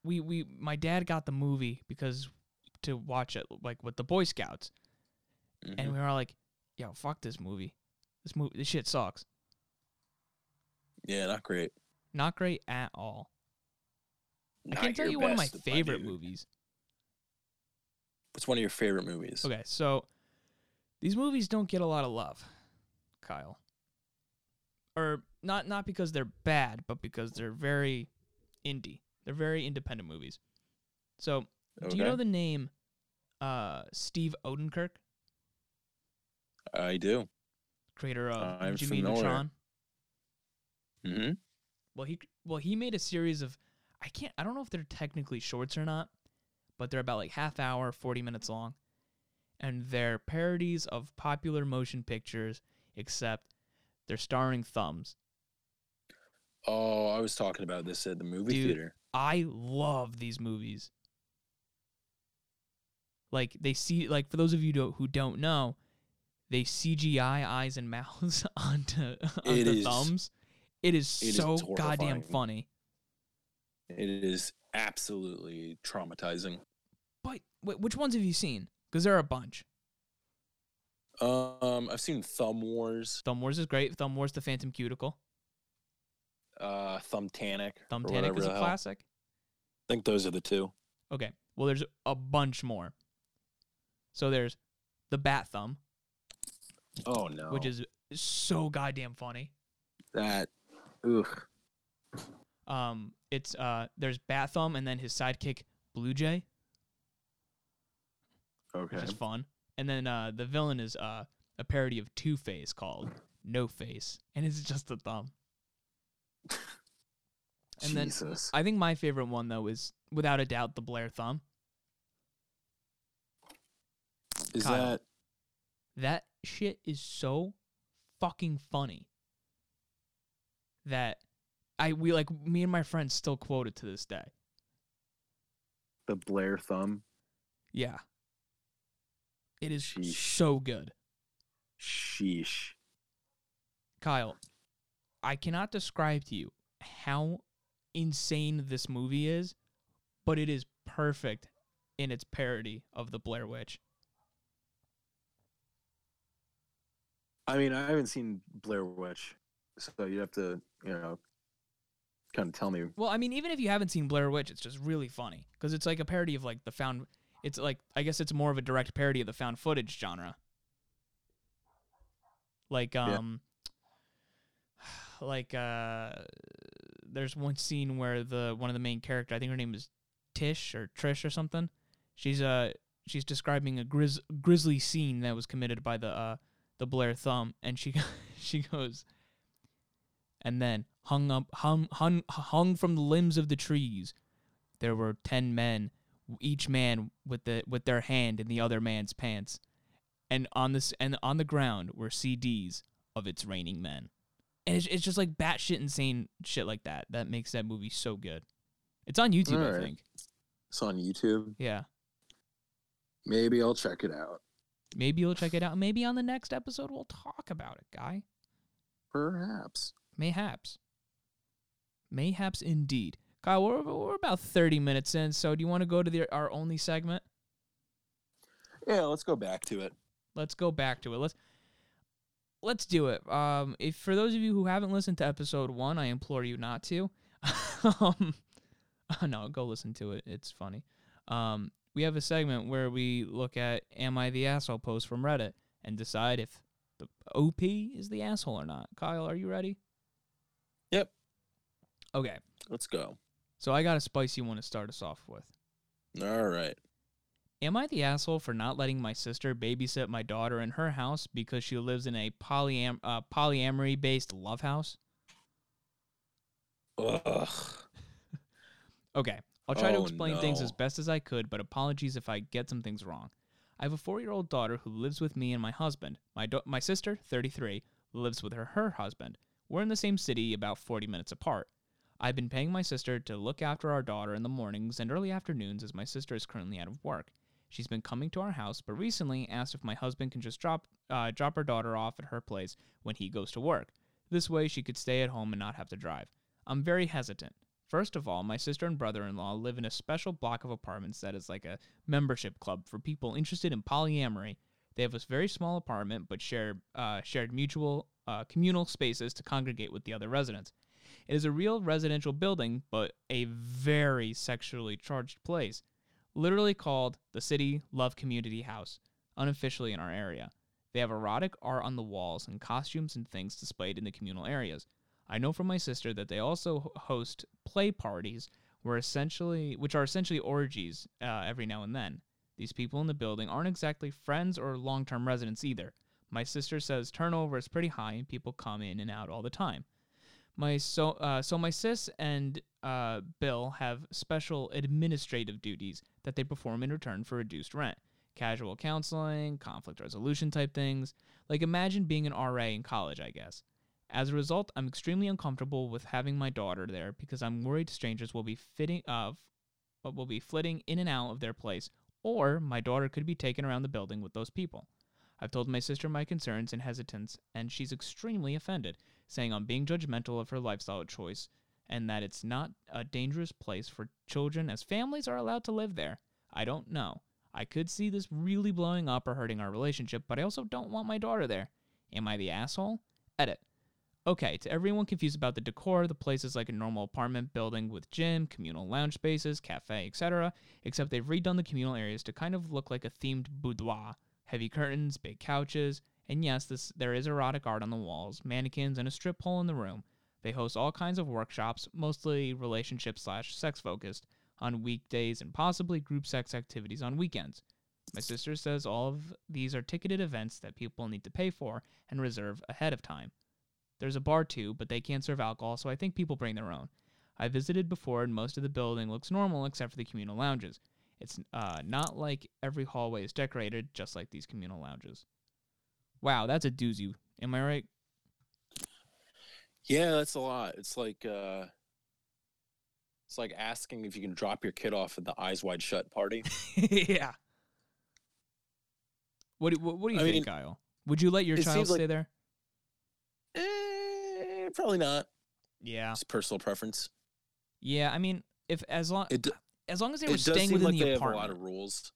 Speaker 2: we we my dad got the movie because to watch it like with the Boy Scouts
Speaker 1: Mhm.
Speaker 2: and we were all like, "Yo, fuck this movie. This movie, this shit sucks.
Speaker 1: yeah, not great.
Speaker 2: Not great at all." I can
Speaker 1: Not
Speaker 2: tell
Speaker 1: your
Speaker 2: you one of my
Speaker 1: best,
Speaker 2: favorite
Speaker 1: dude.
Speaker 2: movies.
Speaker 1: What's one of your favorite movies?
Speaker 2: Okay, so these movies don't get a lot of love, Kyle. Or not not because they're bad, but because they're very indie. They're very independent movies. So, do you know
Speaker 1: Okay.
Speaker 2: the name uh Steve Odenkirk,
Speaker 1: I do.
Speaker 2: creator of
Speaker 1: I'm
Speaker 2: Jimmy
Speaker 1: familiar.
Speaker 2: Neutron?
Speaker 1: hmm
Speaker 2: Well, he well he made a series of I can't I don't know if they're technically shorts or not, but they're about like half hour, 40 minutes long. And they're parodies of popular motion pictures except they're starring thumbs.
Speaker 1: Oh, I was talking about this at the movie
Speaker 2: Dude.
Speaker 1: theater.
Speaker 2: I love these movies. Like they see like for those of you do, who don't know, they CGI eyes and mouths onto onto
Speaker 1: It is-
Speaker 2: thumbs. It is
Speaker 1: it is
Speaker 2: so goddamn
Speaker 1: horrifying.
Speaker 2: funny.
Speaker 1: It is absolutely traumatizing.
Speaker 2: But wh- which ones have you seen? Because there are a bunch.
Speaker 1: Um, I've seen Thumb Wars,
Speaker 2: Thumb Wars is great. Thumb Wars, the Phantom Cuticle.
Speaker 1: uh, Thumb Tanic.
Speaker 2: Thumb Tanic is a classic.
Speaker 1: I think those are the two.
Speaker 2: Okay. Well, there's a bunch more. So there's the Bat Thumb,
Speaker 1: Oh no,
Speaker 2: which is so goddamn funny.
Speaker 1: that. Ugh.
Speaker 2: Um, it's uh, there's Bat Thumb and then his sidekick Blue Jay,
Speaker 1: Okay.
Speaker 2: which is fun. And then uh, the villain is uh, a parody of Two Face called No Face, and it's just a thumb. and then
Speaker 1: Jesus.
Speaker 2: I think my favorite one though is without a doubt the Blair Thumb.
Speaker 1: is
Speaker 2: Kyle.
Speaker 1: that
Speaker 2: That shit is so fucking funny that I we like me and my friends still quote it to this day.
Speaker 1: the Blair Thumb?
Speaker 2: Yeah. It is
Speaker 1: Sheesh.
Speaker 2: so good.
Speaker 1: Sheesh.
Speaker 2: Kyle, I cannot describe to you how insane this movie is, but it is perfect in its parody of the Blair Witch.
Speaker 1: I mean, I haven't seen Blair Witch, so you have to, you know, kind of tell me.
Speaker 2: Well, I mean, even if you haven't seen Blair Witch, it's just really funny because it's like a parody of like the found. It's like I guess it's more of a direct parody of the found footage genre. Like
Speaker 1: Yeah.
Speaker 2: um, like uh, there's one scene where the one of the main character, I think her name is Tish or Trish or something. She's uh she's describing a grizz grisly scene that was committed by the uh the Blair Thumb, and she she goes, and then hung up hung hung hung from the limbs of the trees. There were ten men, each man with the with their hand in the other man's pants, and on this and on the ground were CDs of its reigning men. And it's, it's just like batshit insane shit like that that makes that movie so good. It's on YouTube, I
Speaker 1: Alright.
Speaker 2: think.
Speaker 1: It's on YouTube.
Speaker 2: Yeah.
Speaker 1: Maybe I'll check it out.
Speaker 2: Maybe you'll check it out. Maybe on the next episode we'll talk about it, guy.
Speaker 1: Perhaps.
Speaker 2: Mayhaps. Mayhaps indeed. Kyle, we're, we're about 30 minutes in, so do you want to go to the, our only segment?
Speaker 1: Yeah, let's go back to it.
Speaker 2: Let's go back to it. Let's let's do it. Um, if for those of you who haven't listened to episode one, I implore you not to. um, no, go listen to it. It's funny. Um, we have a segment where we look at "Am I the asshole?" post from Reddit and decide if the OP is the asshole or not. Kyle, are you ready?
Speaker 1: Yep.
Speaker 2: Okay,
Speaker 1: Let's go.
Speaker 2: so I got a spicy one to start us off with.
Speaker 1: All right.
Speaker 2: Am I the asshole for not letting my sister babysit my daughter in her house because she lives in a polyam- uh, polyamory based love house?
Speaker 1: Ugh.
Speaker 2: Okay. I'll try to
Speaker 1: Oh,
Speaker 2: explain things
Speaker 1: no.
Speaker 2: as best as I could, but apologies if I get some things wrong. I have a four-year-old daughter who lives with me and my husband. My do- my sister, 33, lives with her her husband. We're in the same city, about 40 minutes apart. I've been paying my sister to look after our daughter in the mornings and early afternoons as my sister is currently out of work. She's been coming to our house, but recently asked if my husband can just drop uh, drop her daughter off at her place when he goes to work. This way, she could stay at home and not have to drive. I'm very hesitant. First of all, my sister and brother in law live in a special block of apartments that is like a membership club for people interested in polyamory. They have a very small apartment but share uh, shared mutual uh, communal spaces to congregate with the other residents. It is a real residential building, but a very sexually charged place, literally called the City Love Community House, unofficially in our area. They have erotic art on the walls and costumes and things displayed in the communal areas. I know from my sister that they also ho- host play parties, where essentially, which are essentially orgies uh, every now and then. These people in the building aren't exactly friends or long-term residents either. My sister says turnover is pretty high and people come in and out all the time. My so uh, so my sis and uh, Bill have special administrative duties that they perform in return for reduced rent, casual counseling, conflict resolution type things. Like imagine being an RA in college, I guess. As a result, I'm extremely uncomfortable with having my daughter there because I'm worried strangers will be fitting of uh, will be flitting in and out of their place, or my daughter could be taken around the building with those people. I've told my sister my concerns and hesitance, and she's extremely offended, saying I'm being judgmental of her lifestyle choice and that it's not a dangerous place for children as families are allowed to live there. I don't know. I could see this really blowing up or hurting our relationship, but I also don't want my daughter there. Am I the asshole? Edit. Okay, to everyone confused about the decor, the place is like a normal apartment building with gym, communal lounge spaces, cafe, etc., except they've redone the communal areas to kind of look like a themed boudoir. Heavy curtains, big couches, and yes, this there is erotic art on the walls, mannequins, and a strip hole in the room. They host all kinds of workshops, mostly relationship slash sex focused, on weekdays and possibly group sex activities on weekends. My sister says all of these are ticketed events that people need to pay for and reserve ahead of time. There's a bar too, but they can't serve alcohol, so I think people bring their own. I visited before, and most of the building looks normal except for the communal lounges. It's uh, not like every hallway is decorated, just like these communal lounges. Wow, that's a doozy. Am I right?
Speaker 1: Yeah, that's a lot. It's like uh it's like asking if you can drop your kid off at the eyes wide shut party.
Speaker 2: yeah. What do, what, what do you
Speaker 1: I
Speaker 2: think,
Speaker 1: mean,
Speaker 2: Kyle? Would you let your
Speaker 1: it
Speaker 2: child
Speaker 1: seems like-
Speaker 2: stay there?
Speaker 1: eh, probably not.
Speaker 2: Yeah.
Speaker 1: It's personal preference.
Speaker 2: Yeah, I mean, if as long
Speaker 1: It d-
Speaker 2: as long as they
Speaker 1: it
Speaker 2: were
Speaker 1: does
Speaker 2: staying
Speaker 1: seem
Speaker 2: within
Speaker 1: like
Speaker 2: the
Speaker 1: they have a
Speaker 2: apartment.
Speaker 1: lot of rules.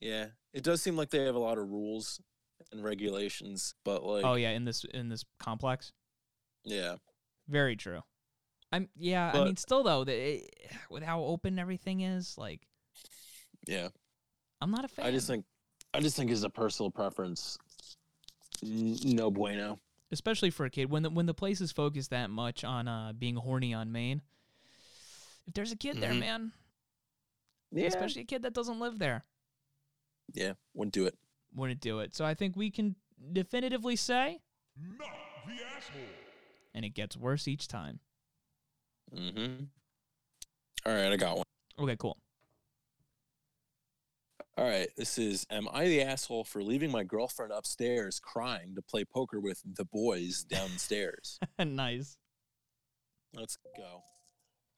Speaker 1: Yeah, it does seem like they have a lot of rules and regulations, but like
Speaker 2: oh yeah, in this in this complex.
Speaker 1: yeah.
Speaker 2: Very true. I'm yeah. I
Speaker 1: But-
Speaker 2: mean, still though, the, with how open everything is, like
Speaker 1: Yeah.
Speaker 2: I'm not a fan.
Speaker 1: I just think I just think it's a personal preference. N- No bueno.
Speaker 2: especially for a kid, when the when the place is focused that much on uh, being horny on Maine, if there's a kid there,
Speaker 1: Mhm.
Speaker 2: man,
Speaker 1: Yeah.
Speaker 2: especially a kid that doesn't live there,
Speaker 1: Yeah, wouldn't do it.
Speaker 2: wouldn't do it. So I think we can definitively say,
Speaker 3: Not the asshole.
Speaker 2: and it gets worse each time.
Speaker 1: Mhm. All right, I got one.
Speaker 2: Okay, cool.
Speaker 1: All right, this is Am I the asshole for leaving my girlfriend upstairs crying to play poker with the boys downstairs?
Speaker 2: nice.
Speaker 1: Let's go.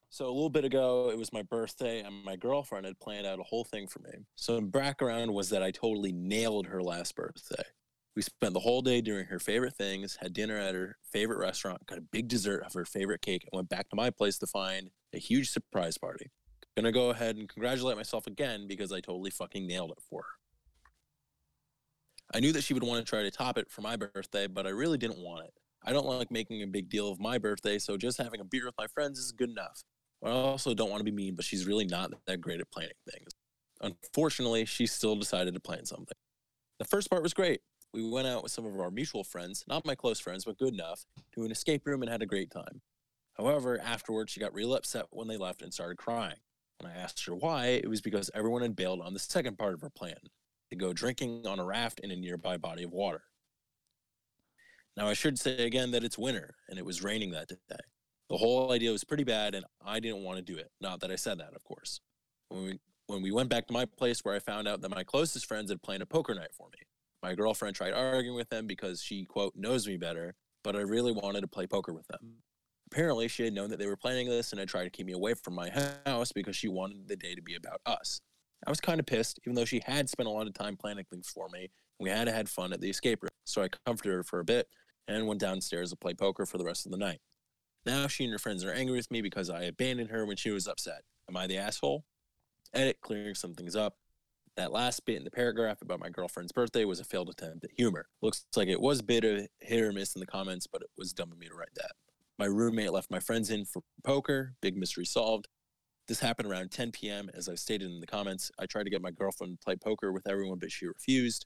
Speaker 1: So a little bit ago, it was my birthday, and my girlfriend had planned out a whole thing for me. So the background was that I totally nailed her last birthday. We spent the whole day doing her favorite things, had dinner at her favorite restaurant, got a big dessert of her favorite cake, and went back to my place to find a huge surprise party. Gonna go ahead and congratulate myself again because I totally fucking nailed it for her. I knew that she would want to try to top it for my birthday, but I really didn't want it. I don't like making a big deal of my birthday, so just having a beer with my friends is good enough. I also don't want to be mean, but she's really not that great at planning things. Unfortunately, she still decided to plan something. The first part was great. We went out with some of our mutual friends, not my close friends, but good enough, to an escape room and had a great time. However, afterwards, she got real upset when they left and started crying. When I asked her why, it was because everyone had bailed on the second part of her plan to go drinking on a raft in a nearby body of water. Now, I should say again that it's winter and it was raining that day. The whole idea was pretty bad, and I didn't want to do it. Not that I said that, of course. When we, when we went back to my place where I found out that my closest friends had planned a poker night for me, my girlfriend tried arguing with them because she, quote, knows me better, but I really wanted to play poker with them. Apparently, she had known that they were planning this and had tried to keep me away from my house because she wanted the day to be about us. I was kind of pissed, even though she had spent a lot of time planning things for me. and We had had fun at the escape room, so I comforted her for a bit and went downstairs to play poker for the rest of the night. Now she and her friends are angry with me because I abandoned her when she was upset. Am I the asshole? Edit, clearing some things up. That last bit in the paragraph about my girlfriend's birthday was a failed attempt at humor. Looks like it was a bit of hit or miss in the comments, but it was dumb of me to write that. My roommate left my friends in for poker. Big mystery solved. This happened around 10 p.m. As I stated in the comments, I tried to get my girlfriend to play poker with everyone, but she refused.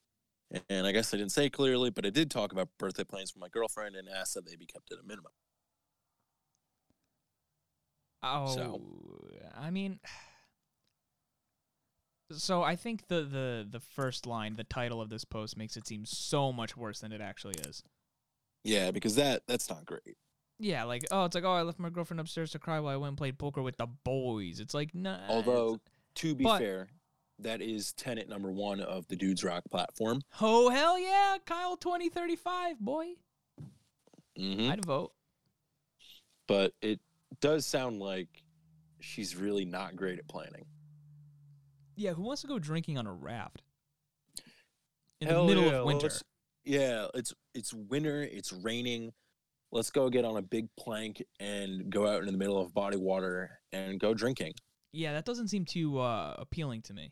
Speaker 1: And I guess I didn't say clearly, but I did talk about birthday plans with my girlfriend and asked that they be kept at a minimum.
Speaker 2: Oh, I mean, so I think the, the the first line, the title of this post, makes it seem so much worse than it actually is.
Speaker 1: Yeah, because that that's not great.
Speaker 2: Yeah, like oh, it's like oh, I left my girlfriend upstairs to cry while I went and played poker with the boys. It's like no.
Speaker 1: Although, to be
Speaker 2: But-
Speaker 1: fair, that is tenant number one of the Dudes Rock platform.
Speaker 2: oh hell yeah, Kyle twenty thirty five boy,
Speaker 1: hmm
Speaker 2: I'd vote.
Speaker 1: But it does sound like she's really not great at planning.
Speaker 2: Yeah, who wants to go drinking on a raft in
Speaker 1: Hell
Speaker 2: the middle
Speaker 1: yeah,
Speaker 2: of winter?
Speaker 1: let's- Yeah, it's it's winter, it's raining. Let's go get on a big plank and go out in the middle of body water and go drinking.
Speaker 2: Yeah, that doesn't seem too uh, appealing to me.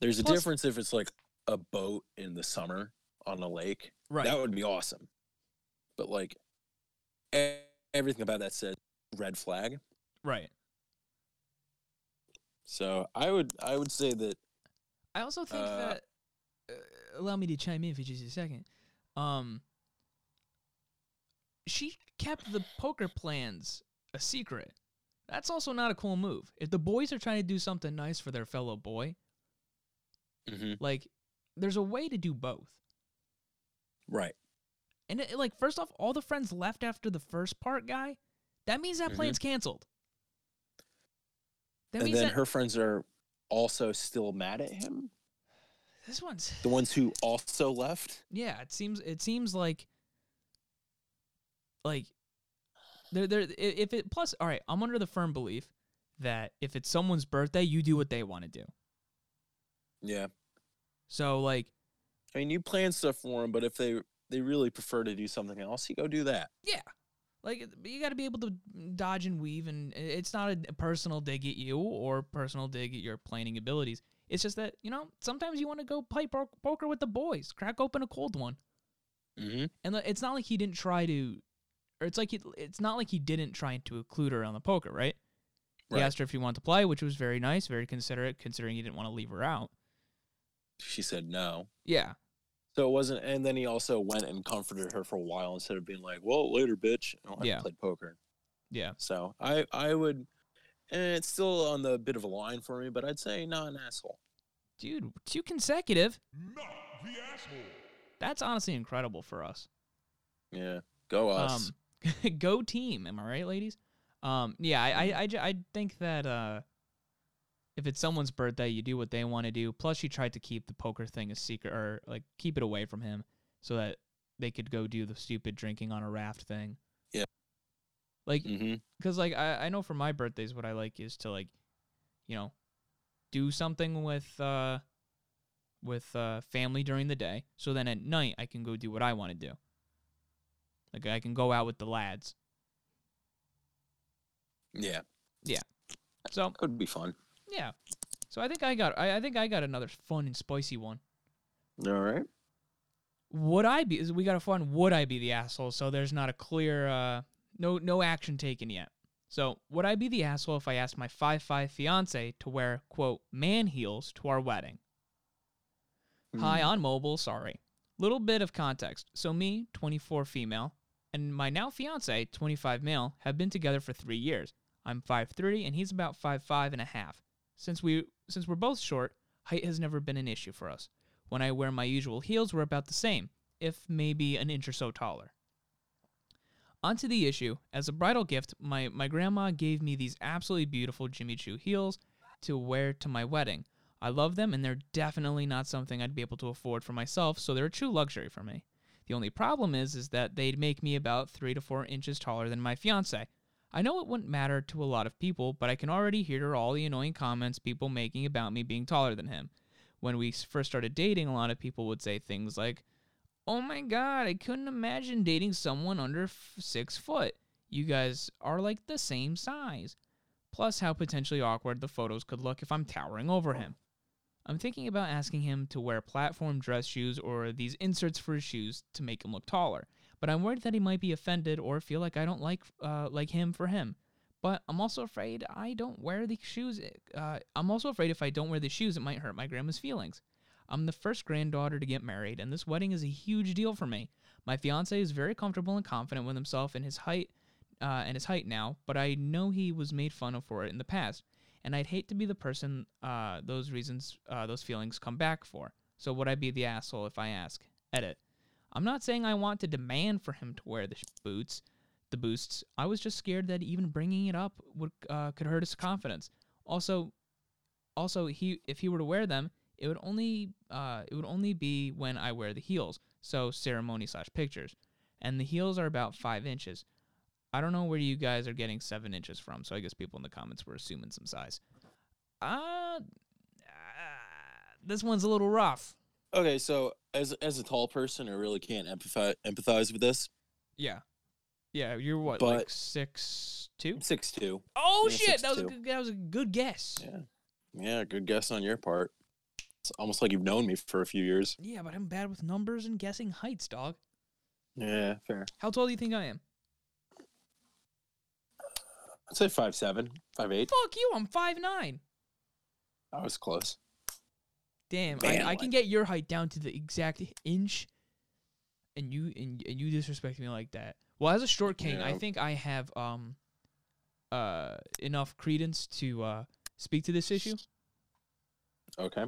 Speaker 1: There's a
Speaker 2: Plus-
Speaker 1: difference if it's like a boat in the summer on a lake
Speaker 2: Right.
Speaker 1: That would be awesome. But like e- everything about that said red flag.
Speaker 2: right.
Speaker 1: So I would I would say that
Speaker 2: I also think
Speaker 1: Uh,
Speaker 2: that uh, allow me to chime in for just a second. Um, she kept the poker plans a secret. That's also not a cool move. If the boys are trying to do something nice for their fellow boy, like there's a way to do both.
Speaker 1: right.
Speaker 2: And it, like first off, all the friends left after the first part, guy. That means that
Speaker 1: Mhm.
Speaker 2: plan's canceled. That
Speaker 1: and
Speaker 2: means
Speaker 1: then
Speaker 2: that
Speaker 1: her friends are also still mad at him.
Speaker 2: this one's
Speaker 1: The ones who also left.
Speaker 2: yeah it seems it seems like like there there i- if it plus all right i'm under the firm belief that if it's someone's birthday you do what they want to do
Speaker 1: Yeah.
Speaker 2: so like
Speaker 1: I mean, you plan stuff for them, but if they they really prefer to do something else, you go do that.
Speaker 2: like it- you got to be able to dodge and weave and i- it's not a personal dig at you or personal dig at your planning abilities it's just that you know sometimes you want to go play po- poker with the boys crack open a cold one
Speaker 1: Mm-hmm.
Speaker 2: and like, it's not like he didn't try to or it's like he, it's not like he didn't try to include her on the poker right He
Speaker 1: Right.
Speaker 2: asked her if she wanted to play, which was very nice, very considerate, considering he didn't want to leave her out.
Speaker 1: She said no.
Speaker 2: Yeah.
Speaker 1: So it wasn't. And then he also went and comforted her for a while instead of being like, "Well, later, bitch." Oh, I don't
Speaker 2: Yeah.
Speaker 1: have to play poker.
Speaker 2: Yeah.
Speaker 1: So I I would, and it's still on the bit of a line for me, but I'd say not an asshole.
Speaker 2: Dude, two consecutive.
Speaker 3: Not the asshole.
Speaker 2: That's honestly incredible for us.
Speaker 1: Yeah, go us.
Speaker 2: Um, go team. Am I right, ladies? Um, yeah, I, I, I, ju- I think that uh, if it's someone's birthday, you do what they want to do. Plus, she tried to keep the poker thing a secret or like keep it away from him so that they could go do the stupid drinking on a raft thing. Like
Speaker 1: hmm
Speaker 2: because like I, I know for my birthdays what I like is to like, you know, do something with uh with uh family during the day. So then at night I can go do what I want to do. Like I can go out with the lads.
Speaker 1: Yeah,
Speaker 2: So
Speaker 1: that would be fun.
Speaker 2: yeah. So I think I got I, I think I got another fun and spicy one.
Speaker 1: All right.
Speaker 2: Would I be we gotta find would I be the asshole so there's not a clear uh no no action taken yet. So would I be the asshole if I asked my five five fiance to wear quote man heels to our wedding? Hi on mobile, sorry. Little bit of context. So me, 24 female, and my now fiance, 25 male, have been together for 3 years. I'm 5'3 and he's about 5'5 and a half. Since we since we're both short, height has never been an issue for us. When I wear my usual heels, we're about the same, if maybe an inch or so taller. Onto the issue, as a bridal gift, my, my grandma gave me these absolutely beautiful Jimmy Choo heels to wear to my wedding. I love them, and they're definitely not something I'd be able to afford for myself, so they're a true luxury for me. The only problem is, is that they'd make me about three to four inches taller than my fiance. I know it wouldn't matter to a lot of people, but I can already hear all the annoying comments people making about me being taller than him. When we s- first started dating, a lot of people would say things like, "Oh my God, I couldn't imagine dating someone under f- six foot. You guys are like the same size." Plus, how potentially awkward the photos could look if I'm towering over him. I'm thinking about asking him to wear platform dress shoes or these inserts for his shoes to make him look taller, but I'm worried that he might be offended or feel like I don't like uh, like him for him. But I'm also afraid I don't wear the shoes. Uh, I'm also afraid if I don't wear the shoes, it might hurt my grandma's feelings. I'm the first granddaughter to get married, and this wedding is a huge deal for me. My fiance is very comfortable and confident with himself and his height, uh, and his height now, but I know he was made fun of for it in the past, and I'd hate to be the person uh, those reasons, uh, those feelings come back for. So would I be the asshole if I ask? Edit. I'm not saying I want to demand for him to wear the sh- boots, the boosts. I was just scared that even bringing it up would uh, could hurt his confidence. Also, also he if he were to wear them, it would only uh, it would only be when I wear the heels. So ceremony slash pictures, and the heels are about five inches. I don't know where you guys are getting seven inches from, so I guess people in the comments were assuming some size. Uh, uh this one's a little rough.
Speaker 1: Mm-hmm. Okay, so as as a tall person, I really can't empathize empathize with this.
Speaker 2: Yeah, yeah. You're what, like
Speaker 1: But-
Speaker 2: six two?
Speaker 1: I'm six two.
Speaker 2: Oh
Speaker 1: Yeah,
Speaker 2: shit!
Speaker 1: six
Speaker 2: That was a
Speaker 1: two.
Speaker 2: good, that was a good guess. Yeah.
Speaker 1: Yeah. Yeah, good guess on your part. It's almost like you've known me for a few years.
Speaker 2: but I'm bad with numbers and guessing heights, dog.
Speaker 1: Yeah, fair.
Speaker 2: How tall do you think I am?
Speaker 1: I'd say five seven, five eight.
Speaker 2: Fuck you! I'm five nine.
Speaker 1: I was close.
Speaker 2: Damn,
Speaker 1: Man,
Speaker 2: I, I
Speaker 1: what?
Speaker 2: can get your height down to the exact inch, and you and, and you disrespect me like that. Well, as a short king, I
Speaker 1: Yeah.
Speaker 2: think I have um, uh, enough credence to uh speak to this issue.
Speaker 1: Okay.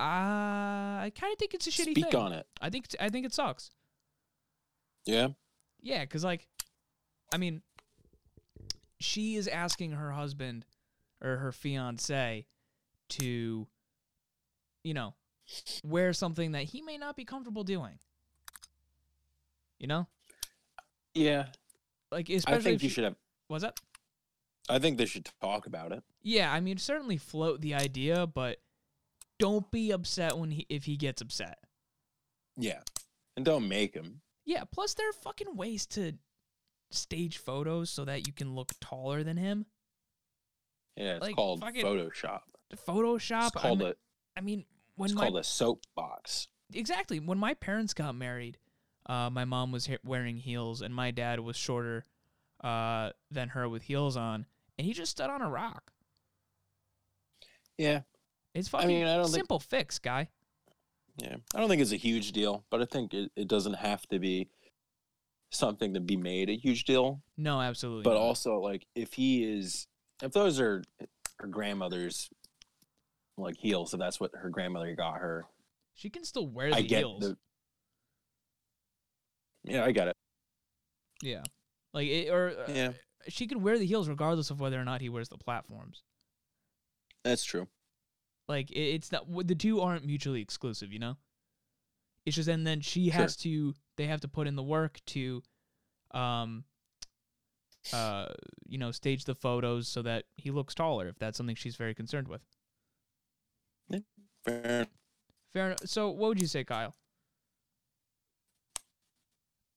Speaker 2: Uh, I kind of think it's a shitty
Speaker 1: Speak
Speaker 2: thing.
Speaker 1: on it.
Speaker 2: I think I think it sucks.
Speaker 1: Yeah.
Speaker 2: Yeah, cause like, I mean, she is asking her husband or her fiance to, you know, wear something that he may not be comfortable doing. You know,
Speaker 1: Yeah.
Speaker 2: like especially
Speaker 1: I think
Speaker 2: if
Speaker 1: you
Speaker 2: she-
Speaker 1: should have
Speaker 2: Was that?
Speaker 1: I think they should talk about it.
Speaker 2: Yeah, I mean, certainly float the idea, but don't be upset when he if he gets upset.
Speaker 1: Yeah. And don't make him.
Speaker 2: Yeah, plus there are fucking ways to stage photos so that you can look taller than him.
Speaker 1: Yeah, it's
Speaker 2: Like,
Speaker 1: called
Speaker 2: fucking-
Speaker 1: Photoshop.
Speaker 2: Photoshop.
Speaker 1: It's called
Speaker 2: I mean,
Speaker 1: a
Speaker 2: I mean when
Speaker 1: it's
Speaker 2: my
Speaker 1: called a soapbox.
Speaker 2: exactly when my parents got married uh, my mom was he- wearing heels and my dad was shorter uh, than her with heels on and he just stood on a rock
Speaker 1: Yeah.
Speaker 2: it's
Speaker 1: I
Speaker 2: fucking
Speaker 1: mean, I don't think-
Speaker 2: simple fix guy
Speaker 1: Yeah. I don't think it's a huge deal, but I think it, it doesn't have to be something to be made a huge deal.
Speaker 2: no absolutely
Speaker 1: But
Speaker 2: not.
Speaker 1: also like if he is if those are her grandmother's like heels, if that's what her grandmother got her.
Speaker 2: she can still wear the
Speaker 1: I get
Speaker 2: heels
Speaker 1: the Yeah, I got it.
Speaker 2: yeah like it, or uh,
Speaker 1: Yeah.
Speaker 2: she could wear the heels regardless of whether or not he wears the platforms
Speaker 1: That's true.
Speaker 2: like it, it's not w- the two aren't mutually exclusive you know it's just and then she
Speaker 1: Sure.
Speaker 2: has to they have to put in the work to um uh, you know, stage the photos so that he looks taller if that's something she's very concerned with.
Speaker 1: Fair.
Speaker 2: Fair enough. So, what would you say, Kyle?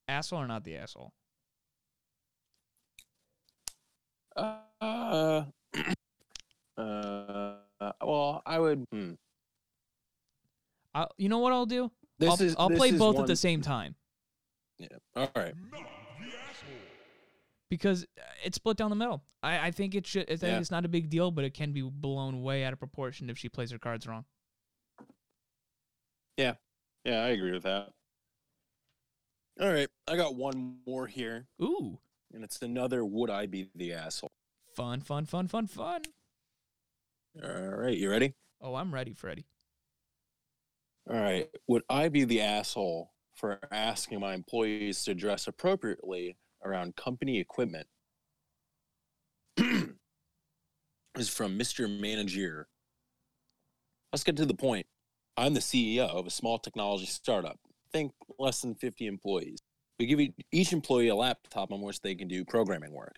Speaker 2: Asshole or not the asshole?
Speaker 1: Uh, uh, well, I would. Hmm.
Speaker 2: I, you know what I'll do?
Speaker 1: This
Speaker 2: I'll,
Speaker 1: is.
Speaker 2: I'll
Speaker 1: this
Speaker 2: play
Speaker 1: is
Speaker 2: both at
Speaker 1: one-
Speaker 2: the same time
Speaker 1: Yeah. All right.
Speaker 3: Not the asshole.
Speaker 2: because uh, it's split down the middle. I, I think it should. I think
Speaker 1: Yeah.
Speaker 2: it's not a big deal, but it can be blown way out of proportion if she plays her cards wrong.
Speaker 1: Yeah, I agree with that. All right, I got one more here,
Speaker 2: Ooh,
Speaker 1: and it's another. Would I be the asshole?
Speaker 2: fun, fun, fun, fun, fun.
Speaker 1: All right, you ready?
Speaker 2: Oh, I'm ready, Freddy.
Speaker 1: All right. Would I be the asshole for asking my employees to dress appropriately around company equipment? is from Mr. Manager. Let's get to the point. I'm the CEO of a small technology startup. Think less than 50 employees. We give e- each employee a laptop on which they can do programming work.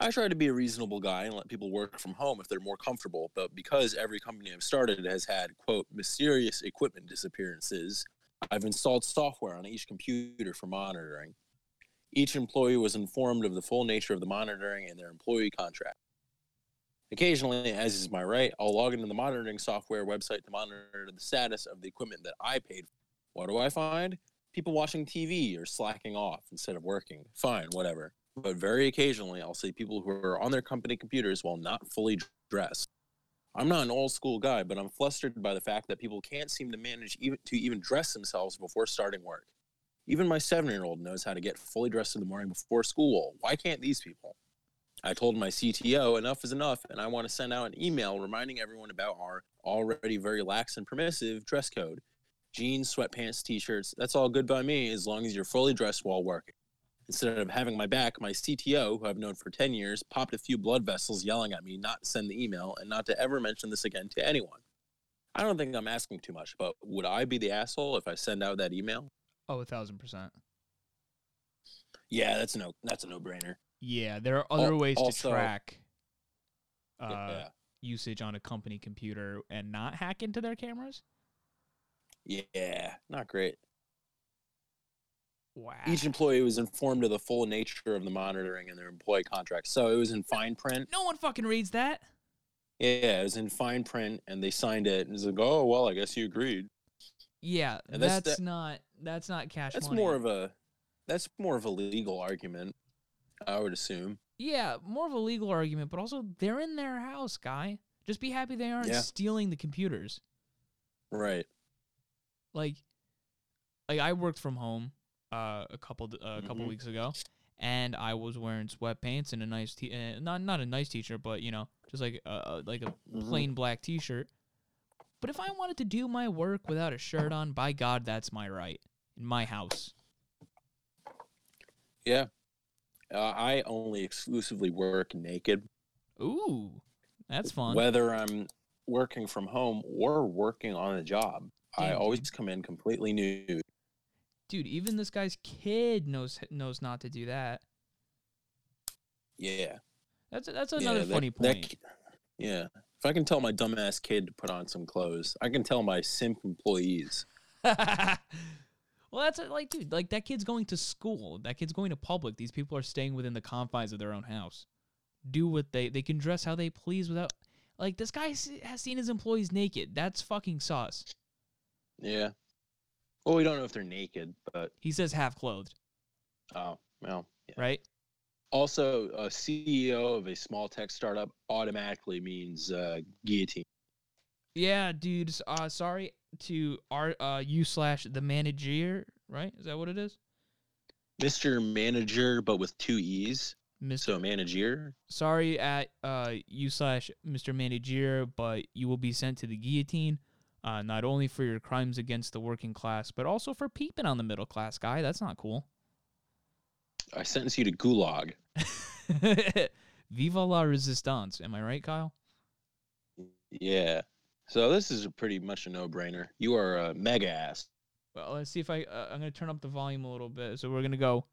Speaker 1: I try to be a reasonable guy and let people work from home if they're more comfortable, but because every company I've started has had, quote, mysterious equipment disappearances, I've installed software on each computer for monitoring. Each employee was informed of the full nature of the monitoring and their employee contract. Occasionally, as is my right, I'll log into the monitoring software website to monitor the status of the equipment that I paid for. What do I find? People watching TV or slacking off instead of working. Fine, whatever but very occasionally I'll see people who are on their company computers while not fully dressed. I'm not an old school guy, but I'm flustered by the fact that people can't seem to manage even to even dress themselves before starting work. Even my seven year old knows how to get fully dressed in the morning before school. Why can't these people? I told my CTO enough is enough, and I want to send out an email reminding everyone about our already very lax and permissive dress code. Jeans, sweatpants, t shirts, that's all good by me as long as you're fully dressed while working. Instead of having my back, my CTO, who I've known for 10 years, popped a few blood vessels yelling at me not to send the email and not to ever mention this again to anyone. I don't think I'm asking too much, but would I be the asshole if I send out that email?
Speaker 2: Oh, a thousand percent.
Speaker 1: Yeah, that's no that's a no-brainer.
Speaker 2: Yeah, there are other
Speaker 1: Al-
Speaker 2: ways
Speaker 1: also-
Speaker 2: to track uh,
Speaker 1: yeah.
Speaker 2: usage on a company computer and not hack into their cameras.
Speaker 1: Yeah, not great.
Speaker 2: Wow.
Speaker 1: Each employee was informed of the full nature of the monitoring in their employee contract. So it was in fine print.
Speaker 2: no one fucking reads that.
Speaker 1: Yeah, it was in fine print and they signed it and it's like, "Oh, well, I guess you agreed."
Speaker 2: Yeah,
Speaker 1: And
Speaker 2: that's,
Speaker 1: that's the-
Speaker 2: not that's not cash
Speaker 1: That's
Speaker 2: money.
Speaker 1: more of a that's more of a legal argument, I would assume.
Speaker 2: yeah, more of a legal argument, but also they're in their house, guy. Just be happy they aren't
Speaker 1: Yeah.
Speaker 2: stealing the computers.
Speaker 1: Right.
Speaker 2: Like, like I worked from home uh, a couple d- uh, a couple
Speaker 1: Mhm.
Speaker 2: weeks ago, and I was wearing sweatpants and a nice t- uh, not not a nice t-shirt, but you know, just like uh, like a
Speaker 1: Mhm.
Speaker 2: plain black t-shirt. But if I wanted to do my work without a shirt on, by God, that's my right in my house.
Speaker 1: Yeah. Uh, I only exclusively work naked.
Speaker 2: Ooh, that's fun.
Speaker 1: Whether I'm working from home or working on a job, I
Speaker 2: Damn,
Speaker 1: always come in completely nude.
Speaker 2: dude even this guy's kid knows knows not to do that
Speaker 1: Yeah.
Speaker 2: that's that's another
Speaker 1: yeah, that-
Speaker 2: funny
Speaker 1: that
Speaker 2: point
Speaker 1: ki- yeah. If I can tell my dumbass kid to put on some clothes, I can tell my simp employees.
Speaker 2: well that's it, like dude like that kid's going to school that kid's going to public these people are staying within the confines of their own house do what they they can dress how they please without like this guy s- has seen his employees naked that's fucking sauce
Speaker 1: Yeah. Well, we don't know if they're naked, but
Speaker 2: he says half clothed
Speaker 1: oh, well. Yeah.
Speaker 2: right
Speaker 1: Also, a CEO of a small tech startup automatically means uh, guillotine.
Speaker 2: yeah dude s- uh sorry to our uh you slash the manager right is that what it is
Speaker 1: Mr. Manager, but with two E's.
Speaker 2: mr
Speaker 1: So, manager,
Speaker 2: sorry at uh you slash Mr. Manager, but you will be sent to the guillotine. Uh, not only for your crimes against the working class, but also for peeping on the middle class guy. That's not cool.
Speaker 1: I sentence you to gulag.
Speaker 2: Viva la resistance. Am I right, Kyle?
Speaker 1: Yeah. So this is a pretty much a no-brainer. You are a mega ass.
Speaker 2: Well, let's see if I. Uh, I'm gonna turn up the volume a little bit. So we're gonna go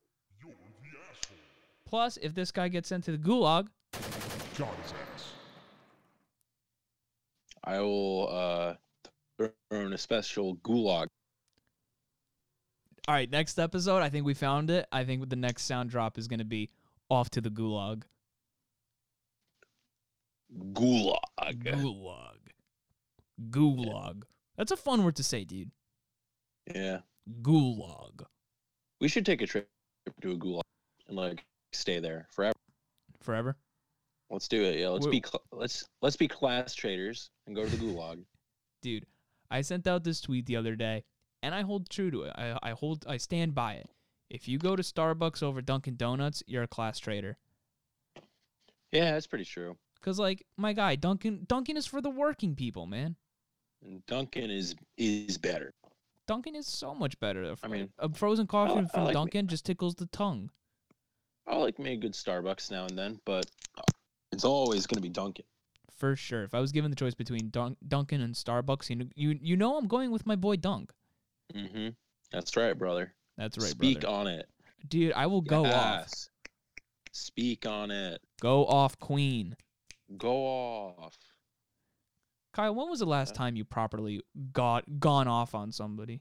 Speaker 3: You're the asshole.
Speaker 2: Plus, if this guy gets sent to the gulag,
Speaker 3: Got his ass.
Speaker 1: I will uh, throw in a special gulag.
Speaker 2: all right, next episode, I think we found it. I think the next sound drop is going to be off to the gulag.
Speaker 1: Gulag.
Speaker 2: Gulag. Gulag. That's a fun word to say, dude.
Speaker 1: Yeah.
Speaker 2: Gulag.
Speaker 1: We should take a trip to a gulag and like stay there forever.
Speaker 2: Forever.
Speaker 1: Let's do it. Yeah, let's
Speaker 2: Wh-
Speaker 1: be cl- let's let's be class traders and go to the gulag.
Speaker 2: dude, I sent out this tweet the other day, and I hold true to it. I, I hold, I stand by it. If you go to Starbucks over Dunkin' Donuts, you're a class traitor.
Speaker 1: yeah, that's pretty true.
Speaker 2: Cause like my guy, Dunkin' Dunkin' is for the working people, man.
Speaker 1: And Duncan is is better.
Speaker 2: Dunkin' is so much better.
Speaker 1: I mean,
Speaker 2: a frozen coffee
Speaker 1: I
Speaker 2: from
Speaker 1: like me-
Speaker 2: Dunkin' just tickles the tongue.
Speaker 1: I like me a good Starbucks now and then, but it's always gonna be Duncan.
Speaker 2: for sure. If I was given the choice between Dunk, Dunkin' and Starbucks, you know, you you know I'm going with my boy Dunk.
Speaker 1: Mm-hmm. That's right, brother.
Speaker 2: That's right,
Speaker 1: Speak
Speaker 2: brother.
Speaker 1: on it.
Speaker 2: Dude, I will go off.
Speaker 1: Yes. Speak on it.
Speaker 2: Go off, Queen.
Speaker 1: Go off.
Speaker 2: Kyle, when was the last
Speaker 1: Yeah.
Speaker 2: time you properly got gone off on somebody?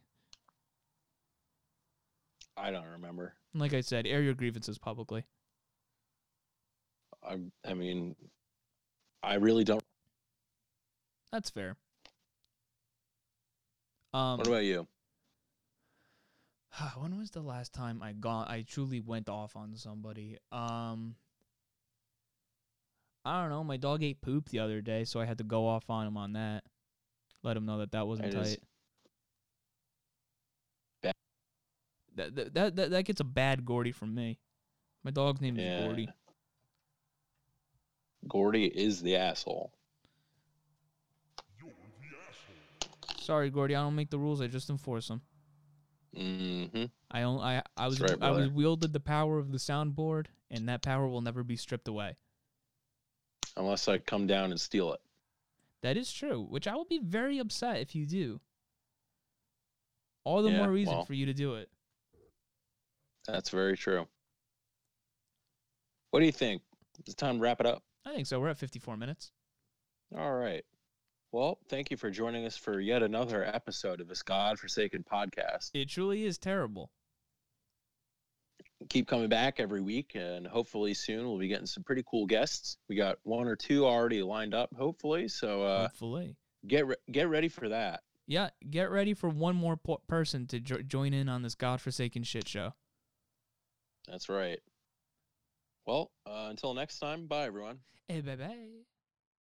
Speaker 1: I don't remember.
Speaker 2: Like I said, air your grievances publicly.
Speaker 1: I I mean, I really don't.
Speaker 2: That's fair. Um,
Speaker 1: What about you?
Speaker 2: when was the last time I gone? I truly went off on somebody. Um, I don't know. My dog ate poop the other day, so I had to go off on him on that. Let him know that that wasn't
Speaker 1: That is
Speaker 2: tight.
Speaker 1: bad.
Speaker 2: That, that that that that gets a bad Gordy from me. My dog's name
Speaker 1: Yeah.
Speaker 2: is Gordy.
Speaker 1: Gordy is the asshole.
Speaker 3: You're the asshole.
Speaker 2: Sorry, Gordy. I don't make the rules. I just enforce them.
Speaker 1: Mm-hmm.
Speaker 2: I don't. I I was
Speaker 1: right,
Speaker 2: I was
Speaker 1: brother.
Speaker 2: wielded the power of the soundboard, and that power will never be stripped away.
Speaker 1: Unless I come down and steal it.
Speaker 2: That is true, which I will be very upset if you do. All the
Speaker 1: Yeah,
Speaker 2: more reason
Speaker 1: well.
Speaker 2: for you to do it.
Speaker 1: That's very true. What do you think? It's time to wrap it up.
Speaker 2: I think so. We're at 54 minutes.
Speaker 1: All right. Well, thank you for joining us for yet another episode of this godforsaken podcast.
Speaker 2: It truly is terrible.
Speaker 1: Keep coming back every week, and hopefully soon we'll be getting some pretty cool guests. We got one or two already lined up, hopefully. So uh,
Speaker 2: hopefully.
Speaker 1: get re- get ready for that.
Speaker 2: Yeah, get ready for one more po- person to jo- join in on this godforsaken shit show.
Speaker 1: That's right. Well, uh, until next time, bye everyone.
Speaker 2: Hey, bye bye.